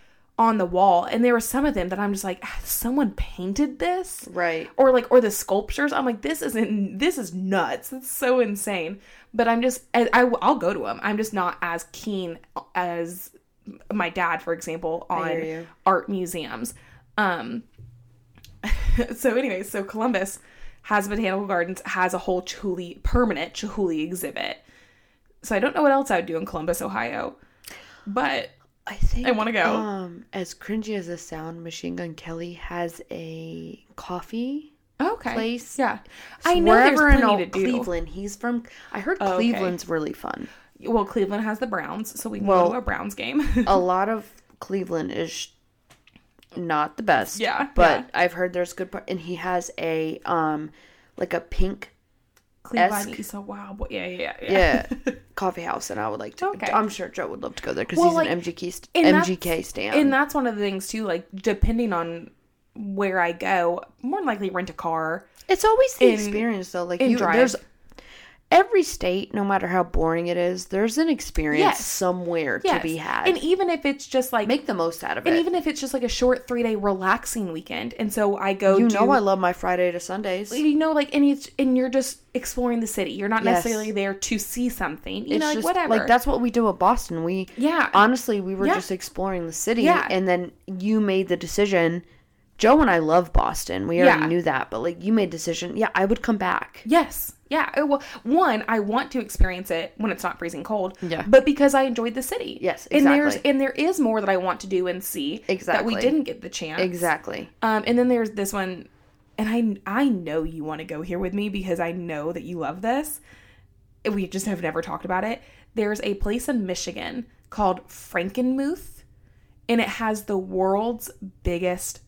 Speaker 2: on the wall and there were some of them that i'm just like "Ah, someone painted this
Speaker 1: Right.
Speaker 2: or like or the sculptures i'm like this isn't this is nuts it's so insane but i'm just I, I will go to them i'm just not as keen as my dad for example
Speaker 1: hear
Speaker 2: on
Speaker 1: you.
Speaker 2: art museums um so anyway so columbus has botanical gardens has a whole chihuly permanent chihuly exhibit so i don't know what else i would do in columbus ohio but
Speaker 1: I think
Speaker 2: I wanna go.
Speaker 1: Um, as cringy as the sound, Machine Gun Kelly has a coffee
Speaker 2: Okay.
Speaker 1: place.
Speaker 2: Yeah. I know there's
Speaker 1: Wherever in
Speaker 2: plenty
Speaker 1: old
Speaker 2: to do.
Speaker 1: Cleveland. He's from. I heard
Speaker 2: Oh, okay.
Speaker 1: Cleveland's really fun.
Speaker 2: Well, Cleveland has the Browns, so we can
Speaker 1: Well-
Speaker 2: go to a Browns game.
Speaker 1: A lot of Cleveland is not the best.
Speaker 2: Yeah,
Speaker 1: But
Speaker 2: yeah.
Speaker 1: I've heard there's good part, and he has a um, like a pink
Speaker 2: Cleveland is a wow. boy. Yeah, yeah, yeah.
Speaker 1: yeah coffee house, and I would like to.
Speaker 2: Okay.
Speaker 1: I'm sure Joe would love to go there because
Speaker 2: Well,
Speaker 1: he's
Speaker 2: like,
Speaker 1: an MGK st-
Speaker 2: and that's-
Speaker 1: MGK stand.
Speaker 2: And that's one of the things too. Like depending on where I go, more than likely rent a car.
Speaker 1: It's always the
Speaker 2: in-
Speaker 1: experience though. Like
Speaker 2: in
Speaker 1: you,
Speaker 2: drive.
Speaker 1: there's every state, no matter how boring it is, there's an experience
Speaker 2: Yes.
Speaker 1: somewhere to be had.
Speaker 2: And even if it's just like,
Speaker 1: e-, Make the most out of
Speaker 2: and
Speaker 1: it.
Speaker 2: even if it's just like a short three day relaxing weekend, and so I go.
Speaker 1: you
Speaker 2: do,
Speaker 1: know, I love my Friday to Sundays.
Speaker 2: you know, like, and it's and you're just exploring the city. You're not
Speaker 1: Yes.
Speaker 2: necessarily there to see something. You
Speaker 1: It's
Speaker 2: know, like
Speaker 1: just
Speaker 2: whatever.
Speaker 1: like that's what we do at Boston. We
Speaker 2: Yeah.
Speaker 1: honestly, we were
Speaker 2: Yeah.
Speaker 1: just exploring the city,
Speaker 2: Yeah.
Speaker 1: and then you made the decision. Joe and I love Boston. We already
Speaker 2: Yeah.
Speaker 1: knew that, but like you made decision. Yeah, I would come back.
Speaker 2: Yes. Yeah. Uh, Well, one, I want to experience it when it's not freezing cold.
Speaker 1: Yeah.
Speaker 2: But because I enjoyed the city.
Speaker 1: Yes,
Speaker 2: And there's
Speaker 1: exactly.
Speaker 2: and there is more that I want to do and see that
Speaker 1: Exactly.
Speaker 2: we didn't get the chance.
Speaker 1: Exactly.
Speaker 2: Um, and then there's this one, and I I know you want to go here with me because I know that you love this. We just have never talked about it. There's a place in Michigan called Frankenmuth, and it has the world's biggest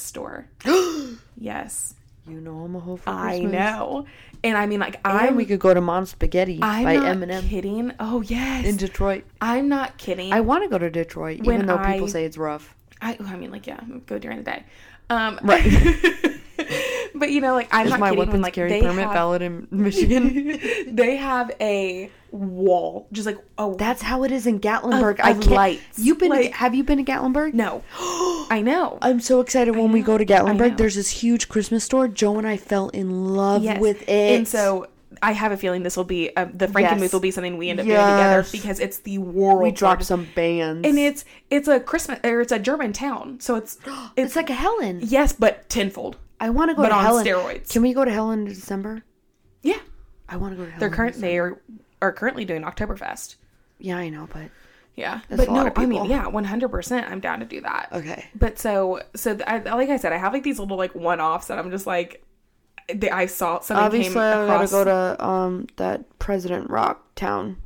Speaker 2: store. yes,
Speaker 1: You know, I'm a whole. For
Speaker 2: I
Speaker 1: Christmas.
Speaker 2: know. And I mean, like I
Speaker 1: And we could go to Mom's Spaghetti
Speaker 2: I'm
Speaker 1: by
Speaker 2: not
Speaker 1: Eminem
Speaker 2: kidding. Oh yes,
Speaker 1: in Detroit.
Speaker 2: I'm not kidding.
Speaker 1: I
Speaker 2: I,
Speaker 1: want to go to Detroit,
Speaker 2: When
Speaker 1: even though people
Speaker 2: I-
Speaker 1: say it's rough.
Speaker 2: I, mean, like, yeah, go during the day. Um,
Speaker 1: Right.
Speaker 2: but you know, like, I'm
Speaker 1: Is
Speaker 2: not
Speaker 1: my
Speaker 2: kidding. when,
Speaker 1: weapons
Speaker 2: like,
Speaker 1: carry
Speaker 2: they
Speaker 1: permit
Speaker 2: have,
Speaker 1: valid in Michigan?
Speaker 2: They have a wall, just like a
Speaker 1: That's how it is in Gatlinburg.
Speaker 2: Of-
Speaker 1: I
Speaker 2: of
Speaker 1: can't.
Speaker 2: lights.
Speaker 1: You've been? to-
Speaker 2: Like-
Speaker 1: have you been to Gatlinburg?
Speaker 2: no. I know.
Speaker 1: I'm so excited when we go to
Speaker 2: know.
Speaker 1: Gatlinburg. There's this huge Christmas store. Joe and I fell in love
Speaker 2: Yes.
Speaker 1: with it.
Speaker 2: And so. I have a feeling this will be um, the Frankenmuth
Speaker 1: Yes.
Speaker 2: will be something we end up doing together
Speaker 1: Yes.
Speaker 2: because it's the world.
Speaker 1: we dropped
Speaker 2: largest-
Speaker 1: some bands,
Speaker 2: and it's it's a Christmas or it's a German town, so it's
Speaker 1: it's
Speaker 2: it's
Speaker 1: like a Helen.
Speaker 2: yes, but tenfold.
Speaker 1: I want to go
Speaker 2: But
Speaker 1: to
Speaker 2: on
Speaker 1: Helen.
Speaker 2: steroids.
Speaker 1: Can we go to Helen in December?
Speaker 2: Yeah,
Speaker 1: I want to go to Helen.
Speaker 2: They're current. They are, are currently doing Oktoberfest.
Speaker 1: yeah, I know, but
Speaker 2: Yeah,
Speaker 1: That's
Speaker 2: but
Speaker 1: a lot of
Speaker 2: no, I mean,
Speaker 1: people.
Speaker 2: yeah, one hundred percent. I'm down to do that.
Speaker 1: okay.
Speaker 2: But so, so th- I, like I said, I have like these little like one offs that I'm just like, they, I saw something
Speaker 1: Obviously,
Speaker 2: came
Speaker 1: I gotta
Speaker 2: across.
Speaker 1: go to um that President Rock town.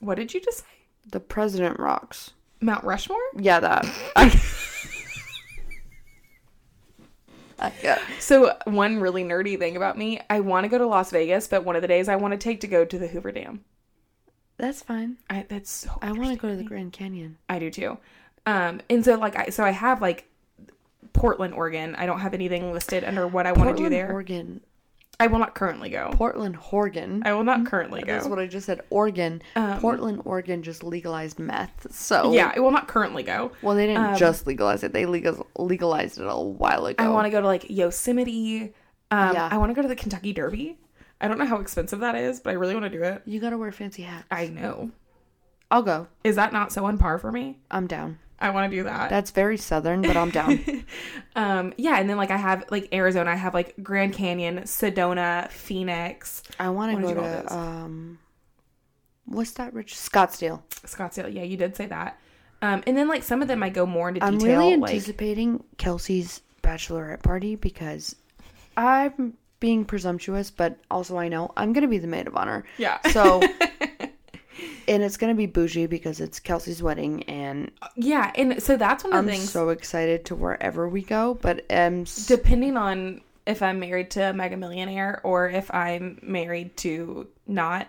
Speaker 2: what did you just say?
Speaker 1: The President Rocks.
Speaker 2: Mount Rushmore?
Speaker 1: Yeah, that. I, I, yeah.
Speaker 2: So one really nerdy thing about me, I want to go to Las Vegas, but one of the days I want to take to go to the Hoover Dam.
Speaker 1: That's fine.
Speaker 2: I, that's so
Speaker 1: I want to go to the Grand Canyon.
Speaker 2: I do too. Um, and so like I so I have like Portland, Oregon. I don't have anything listed under what I want to do
Speaker 1: Portland,
Speaker 2: there.
Speaker 1: Oregon.
Speaker 2: I will not currently go.
Speaker 1: Portland, Oregon.
Speaker 2: I will not currently go.
Speaker 1: That's Hmm? what I just said. Oregon.
Speaker 2: Um,
Speaker 1: Portland, Oregon just legalized meth. So
Speaker 2: yeah, I will not currently go.
Speaker 1: Well, they didn't
Speaker 2: Um,
Speaker 1: just legalize it. They legal- legalized it a while ago.
Speaker 2: I want to go to like Yosemite. Um,
Speaker 1: Yeah.
Speaker 2: I want to go to the Kentucky Derby. I don't know how expensive that is, but I really want to do it.
Speaker 1: You gotta wear fancy hats.
Speaker 2: I know.
Speaker 1: I'll go.
Speaker 2: Is that not so on par for me?
Speaker 1: I'm down.
Speaker 2: I want to do that.
Speaker 1: That's very southern, but I'm down.
Speaker 2: um, yeah, and then like I have like Arizona. I have like Grand Canyon, Sedona, Phoenix,
Speaker 1: I want to
Speaker 2: Wanna
Speaker 1: go
Speaker 2: do all those.
Speaker 1: to um, what's that rich Scottsdale?
Speaker 2: Scottsdale. Yeah, you did say that. Um, and then like some of them I go more into
Speaker 1: I'm
Speaker 2: detail.
Speaker 1: really
Speaker 2: like
Speaker 1: anticipating Kelsey's bachelorette party because I'm being presumptuous, but also I know I'm gonna be the maid of honor.
Speaker 2: yeah,
Speaker 1: So, and it's gonna be bougie because it's Kelsey's wedding, and
Speaker 2: yeah, and so that's one of
Speaker 1: I'm
Speaker 2: the things.
Speaker 1: so excited to wherever we go. But um, s-
Speaker 2: depending on if I'm married to a mega millionaire or if I'm married to not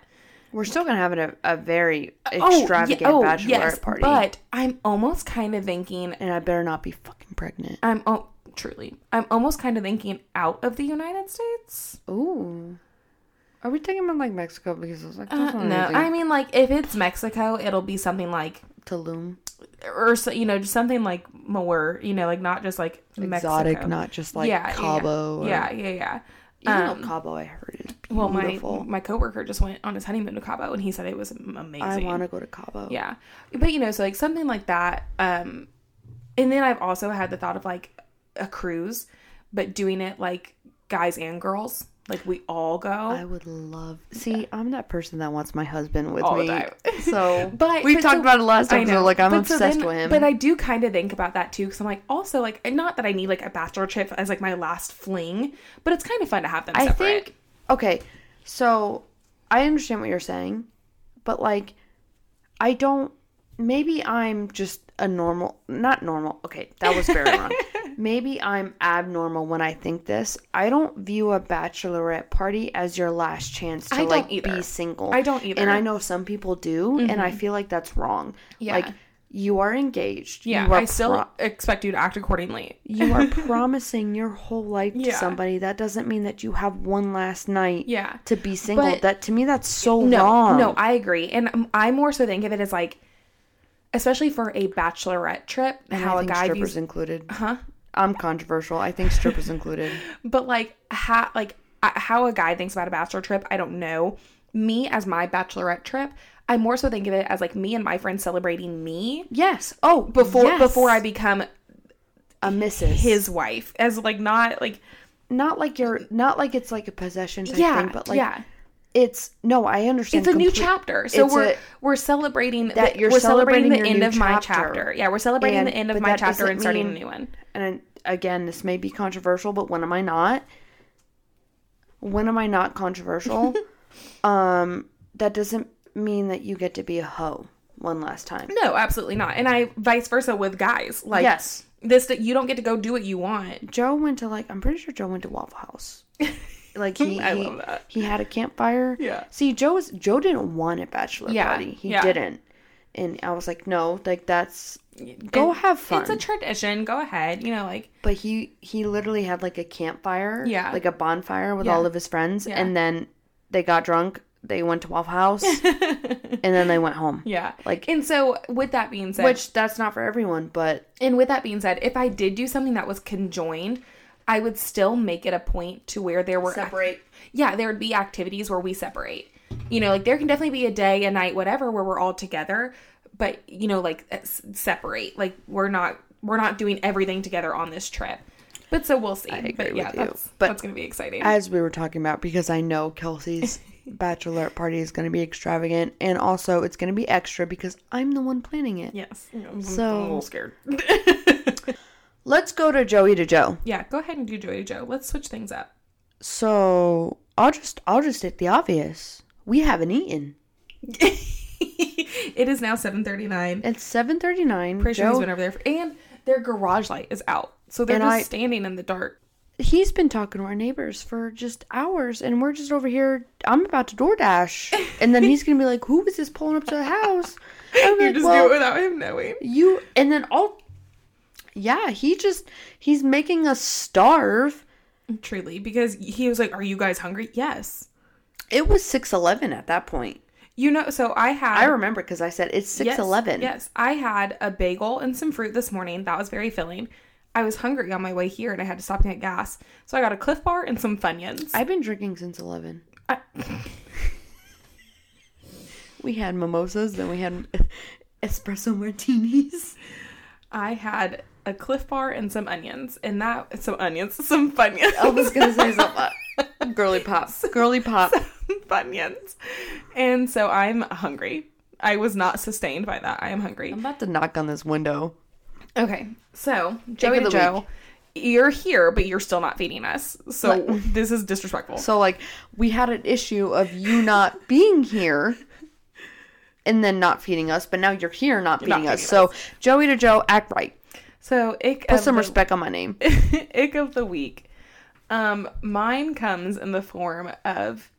Speaker 1: we're still gonna have a, a very
Speaker 2: Oh,
Speaker 1: extravagant
Speaker 2: yeah- oh,
Speaker 1: bachelorette
Speaker 2: yes,
Speaker 1: party,
Speaker 2: But I'm almost kind of thinking
Speaker 1: and I better not be fucking pregnant.
Speaker 2: I'm oh truly. I'm almost kind of thinking out of the United States.
Speaker 1: Ooh. Are we talking about like Mexico? Because I was like,
Speaker 2: Uh,
Speaker 1: that's not
Speaker 2: no, I mean like if it's Mexico, it'll be something like
Speaker 1: Tulum,
Speaker 2: or so, you know just something like more, you know, like not just like
Speaker 1: exotic,
Speaker 2: Mexico.
Speaker 1: not just like
Speaker 2: yeah, yeah,
Speaker 1: Cabo. or-
Speaker 2: Yeah, yeah, yeah.
Speaker 1: Even
Speaker 2: Um,
Speaker 1: though Cabo, I heard is
Speaker 2: Well, my
Speaker 1: beautiful.
Speaker 2: my coworker just went on his honeymoon to Cabo and he said it was amazing.
Speaker 1: I want to go to Cabo.
Speaker 2: Yeah. But you know, so like something like that. Um and then I've also had the thought of like a cruise, but doing it like guys and girls. Like we all go.
Speaker 1: I would love. See, I'm that person that wants my husband with
Speaker 2: All the
Speaker 1: me.
Speaker 2: time.
Speaker 1: So,
Speaker 2: But-
Speaker 1: we
Speaker 2: but
Speaker 1: talked
Speaker 2: so-
Speaker 1: about it last
Speaker 2: I
Speaker 1: time. So,
Speaker 2: know.
Speaker 1: like, I'm
Speaker 2: But so
Speaker 1: obsessed
Speaker 2: then-
Speaker 1: with him.
Speaker 2: But I do kind of think about that too, because I'm like, also like, and not that I need like a bachelorship as like my last fling, but it's kind of fun to have them.
Speaker 1: I
Speaker 2: separate.
Speaker 1: think okay, so I understand what you're saying, but like I don't maybe I'm just a normal not normal. Okay, that was very wrong. Maybe I'm abnormal when I think this. I don't view a bachelorette party as your last chance to
Speaker 2: I don't
Speaker 1: like
Speaker 2: either.
Speaker 1: be single.
Speaker 2: I don't either. Mm-hmm.
Speaker 1: And I know some people do, and I feel like that's wrong.
Speaker 2: Yeah.
Speaker 1: Like you are engaged.
Speaker 2: yeah,
Speaker 1: you are
Speaker 2: I still
Speaker 1: pro-
Speaker 2: expect you to act accordingly.
Speaker 1: you are promising your whole life to
Speaker 2: Yeah.
Speaker 1: somebody. That doesn't mean that you have one last night
Speaker 2: Yeah.
Speaker 1: to be single.
Speaker 2: But-
Speaker 1: that to me, that's so
Speaker 2: No,
Speaker 1: wrong.
Speaker 2: no, I agree, and um, I more so think of it as like, especially for a bachelorette trip,
Speaker 1: And
Speaker 2: how
Speaker 1: I
Speaker 2: a
Speaker 1: think
Speaker 2: guy
Speaker 1: strippers
Speaker 2: views,
Speaker 1: included.
Speaker 2: huh?
Speaker 1: I'm controversial. I think strippers included.
Speaker 2: But like, how like I- how a guy thinks about a bachelor trip, I don't know. Me as my bachelorette trip, I more so think of it as like me and my friends celebrating me
Speaker 1: Yes. Oh,
Speaker 2: before
Speaker 1: yes.
Speaker 2: before I become
Speaker 1: a missus.
Speaker 2: his wife as like not like
Speaker 1: not like you're not like it's like a possession type
Speaker 2: yeah
Speaker 1: thing, but like
Speaker 2: yeah
Speaker 1: it's no. I understand.
Speaker 2: it's a new
Speaker 1: complete-
Speaker 2: chapter so
Speaker 1: it's
Speaker 2: we're
Speaker 1: a-
Speaker 2: we're celebrating
Speaker 1: that
Speaker 2: the-
Speaker 1: you're
Speaker 2: we're celebrating,
Speaker 1: celebrating
Speaker 2: the
Speaker 1: your
Speaker 2: end
Speaker 1: new
Speaker 2: of my
Speaker 1: chapter.
Speaker 2: chapter yeah we're celebrating
Speaker 1: And-
Speaker 2: the end of
Speaker 1: but
Speaker 2: my
Speaker 1: that
Speaker 2: chapter
Speaker 1: doesn't
Speaker 2: and starting
Speaker 1: mean-
Speaker 2: a new one
Speaker 1: And again, this may be controversial, but when am I not? When am I not controversial? um, that doesn't mean that you get to be a hoe one last time.
Speaker 2: no absolutely not and I vice versa with guys like
Speaker 1: Yes.
Speaker 2: this that you don't get to go do what you want
Speaker 1: Joe went to like I'm pretty sure Joe went to Waffle House. Like he,
Speaker 2: I
Speaker 1: he,
Speaker 2: love that.
Speaker 1: he had a campfire.
Speaker 2: Yeah.
Speaker 1: See, Joe was Joe didn't want a bachelor
Speaker 2: Yeah,
Speaker 1: party. He
Speaker 2: yeah.
Speaker 1: didn't. And I was like, no, like that's go
Speaker 2: And
Speaker 1: have fun.
Speaker 2: it's a tradition go ahead you know like
Speaker 1: but he he literally had like a campfire.
Speaker 2: Yeah.
Speaker 1: Like a bonfire with
Speaker 2: Yeah.
Speaker 1: all of his friends,
Speaker 2: Yeah.
Speaker 1: and then they got drunk. They went to Waffle House, and then they went home.
Speaker 2: yeah
Speaker 1: Like-
Speaker 2: and so with that being said
Speaker 1: Which that's not for everyone, but
Speaker 2: And with that being said, if I did do something that was conjoined, I would still make it a point to where there were
Speaker 1: Separate.
Speaker 2: yeah, there would be activities where we separate. You know, like there can definitely be a day, a night, whatever, where we're all together, but you know, like uh, s- separate. Like we're not we're not doing everything together on this trip. But so we'll see. but
Speaker 1: agree
Speaker 2: yeah,
Speaker 1: with you.
Speaker 2: that's
Speaker 1: But
Speaker 2: that's gonna be exciting.
Speaker 1: as we were talking about, because I know Kelsey's bachelorette party is going to be extravagant, and also it's going to be extra because I'm the one planning it.
Speaker 2: yes. I'm,
Speaker 1: So-
Speaker 2: I'm a little scared.
Speaker 1: Let's go to Joey to Joe.
Speaker 2: yeah, go ahead and do Joey to Joe. Let's switch things up.
Speaker 1: So I'll just I'll just hit the obvious. We haven't eaten.
Speaker 2: it is now seven thirty nine.
Speaker 1: It's seven thirty nine.
Speaker 2: Pretty sure
Speaker 1: Joe,
Speaker 2: he's been over there. For, and their garage light is out. So they're
Speaker 1: And
Speaker 2: just
Speaker 1: I-
Speaker 2: standing in the dark.
Speaker 1: he's been talking to our neighbors for just hours, and we're just over here. I'm about to DoorDash, and then he's gonna be like, "Who is this pulling up to the house?" I'm
Speaker 2: You
Speaker 1: like,
Speaker 2: just
Speaker 1: "Well,
Speaker 2: do it without him knowing.
Speaker 1: You and then all Yeah, he just he's making us starve.
Speaker 2: Truly, because he was like, Are you guys hungry? Yes.
Speaker 1: It was 6:11 at that point.
Speaker 2: You know, so I had.
Speaker 1: I remember cuz I said it's 6:11.
Speaker 2: Yes, yes. I had a bagel and some fruit this morning. That was very filling. I was hungry on my way here and I had to stop and get gas. So I got a Cliff Bar and some Funyuns.
Speaker 1: I've been drinking since 11.
Speaker 2: I-
Speaker 1: We had mimosas, then we had espresso martinis.
Speaker 2: I had a Cliff Bar and some onions. And that, some onions, some Funyuns.
Speaker 1: I was going to say something. Girly pop. Girly pop.
Speaker 2: Funyuns. And so I'm hungry. I was not sustained by that. I am hungry.
Speaker 1: I'm about to knock on this window.
Speaker 2: Okay, so
Speaker 1: of
Speaker 2: Joey and
Speaker 1: the
Speaker 2: Joe, you're here, but you're still not feeding us. So this is disrespectful.
Speaker 1: So like we had an issue of you not being here and then not feeding us, but now you're here not feeding
Speaker 2: not
Speaker 1: us.
Speaker 2: feeding
Speaker 1: So Joey to Joe, act right.
Speaker 2: So ick
Speaker 1: Put
Speaker 2: of
Speaker 1: some
Speaker 2: the,
Speaker 1: respect on my name.
Speaker 2: ick of the week. Um, mine comes in the form of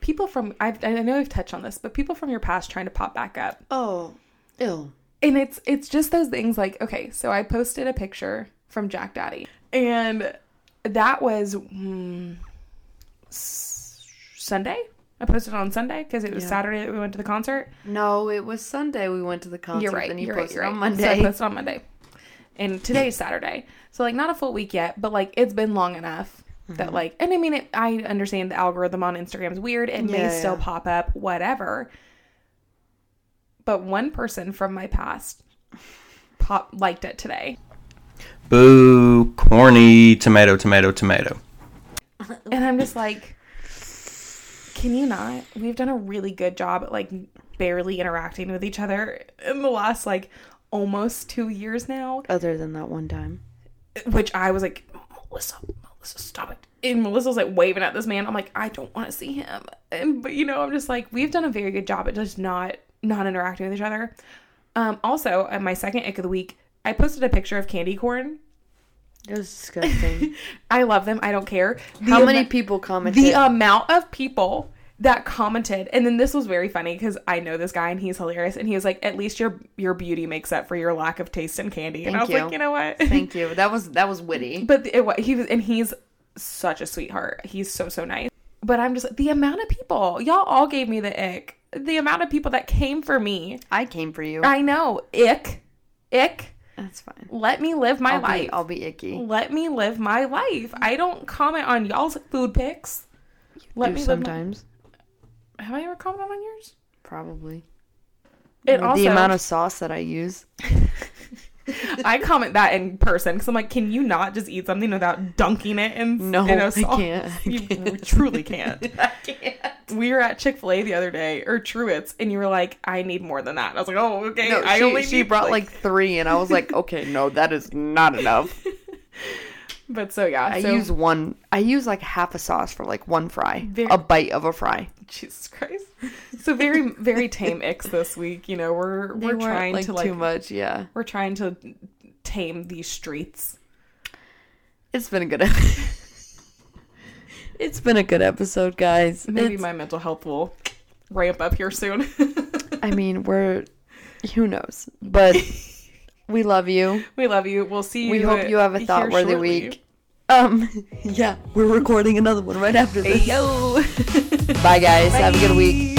Speaker 2: people from I've, I know I've touched on this, but people from your past trying to pop back up.
Speaker 1: Oh. Ew.
Speaker 2: and it's it's just those things like okay so i posted a picture from jack daddy and that was mm, s- sunday i posted it on sunday because it was
Speaker 1: Yeah.
Speaker 2: saturday that we went to the concert
Speaker 1: No, it was Sunday we went to the concert
Speaker 2: you're right
Speaker 1: and you
Speaker 2: you're right,
Speaker 1: posted
Speaker 2: you're right
Speaker 1: on
Speaker 2: so i
Speaker 1: Monday.
Speaker 2: posted on monday and today is saturday so like not a full week yet but like it's been long enough that
Speaker 1: Mm-hmm.
Speaker 2: like and i mean it, i understand the algorithm on instagram is weird it may
Speaker 1: Yeah,
Speaker 2: still
Speaker 1: yeah.
Speaker 2: pop up whatever but one person from my past pop liked it today
Speaker 3: Boo, corny, tomato, tomato, tomato.
Speaker 2: and I'm just like, can you not? We've done a really good job at like barely interacting with each other in the last like almost two years now.
Speaker 1: Other than that one time.
Speaker 2: Which I was like, Melissa, Melissa, stop it. And Melissa's like waving at this man. I'm like, I don't want to see him. And but you know, I'm just like, we've done a very good job at just not not interacting with each other. Um, also, at my second ick of the week, I posted a picture of candy corn.
Speaker 1: It was disgusting.
Speaker 2: I love them. I don't care. The
Speaker 1: How many
Speaker 2: ama-
Speaker 1: people commented?
Speaker 2: the amount of people that commented and then this was very funny because i know this guy and he's hilarious and he was like at least your your beauty makes up for your lack of taste in candy and i
Speaker 1: Thank
Speaker 2: was
Speaker 1: you.
Speaker 2: like you know what
Speaker 1: Thank you. That was that was witty.
Speaker 2: but it, wa- he was and he's such a sweetheart he's so so nice but i'm just the amount of people y'all all gave me the ick the amount of people that came for me
Speaker 1: I came for you.
Speaker 2: i know ick ick
Speaker 1: That's fine.
Speaker 2: let me live my
Speaker 1: I'll
Speaker 2: life
Speaker 1: be, I'll be icky.
Speaker 2: let me live my life i don't comment on y'all's food pics let
Speaker 1: Do
Speaker 2: me live my-
Speaker 1: sometimes.
Speaker 2: have i ever commented on yours
Speaker 1: Probably.
Speaker 2: It
Speaker 1: With
Speaker 2: also,
Speaker 1: the amount of sauce that I use.
Speaker 2: I comment that in person because I'm like, can you not just eat something without dunking it in?
Speaker 1: No,
Speaker 2: in
Speaker 1: I
Speaker 2: a sauce?
Speaker 1: can't. I
Speaker 2: You
Speaker 1: can't.
Speaker 2: truly can't.
Speaker 1: I can't.
Speaker 2: we were at Chick Fil A the other day, or Truitt's, and you were like, I need more than that. I was like, oh, okay.
Speaker 1: No,
Speaker 2: I
Speaker 1: she,
Speaker 2: only
Speaker 1: she
Speaker 2: need,
Speaker 1: brought like three, and I was like, okay, no, that is not enough.
Speaker 2: But so yeah,
Speaker 1: I
Speaker 2: so
Speaker 1: use one. I use like half a sauce for like one fry,
Speaker 2: Very-
Speaker 1: a bite of a fry.
Speaker 2: Jesus Christ. So very very tame icks this week. You know, we're
Speaker 1: They
Speaker 2: we're
Speaker 1: weren't,
Speaker 2: trying to like
Speaker 1: too much. Yeah,
Speaker 2: we're trying to tame these streets.
Speaker 1: it's been a good. it's been a good episode, guys.
Speaker 2: Maybe
Speaker 1: It's-
Speaker 2: my mental health will ramp up here soon.
Speaker 1: I mean, we're who knows, but we love you.
Speaker 2: we love you. We'll see you.
Speaker 1: We hope you have a
Speaker 2: here
Speaker 1: thought-worthy
Speaker 2: shortly.
Speaker 1: week. Um, yeah, we're recording another one right after this.
Speaker 2: Yo.
Speaker 1: Bye, guys. Have a good week.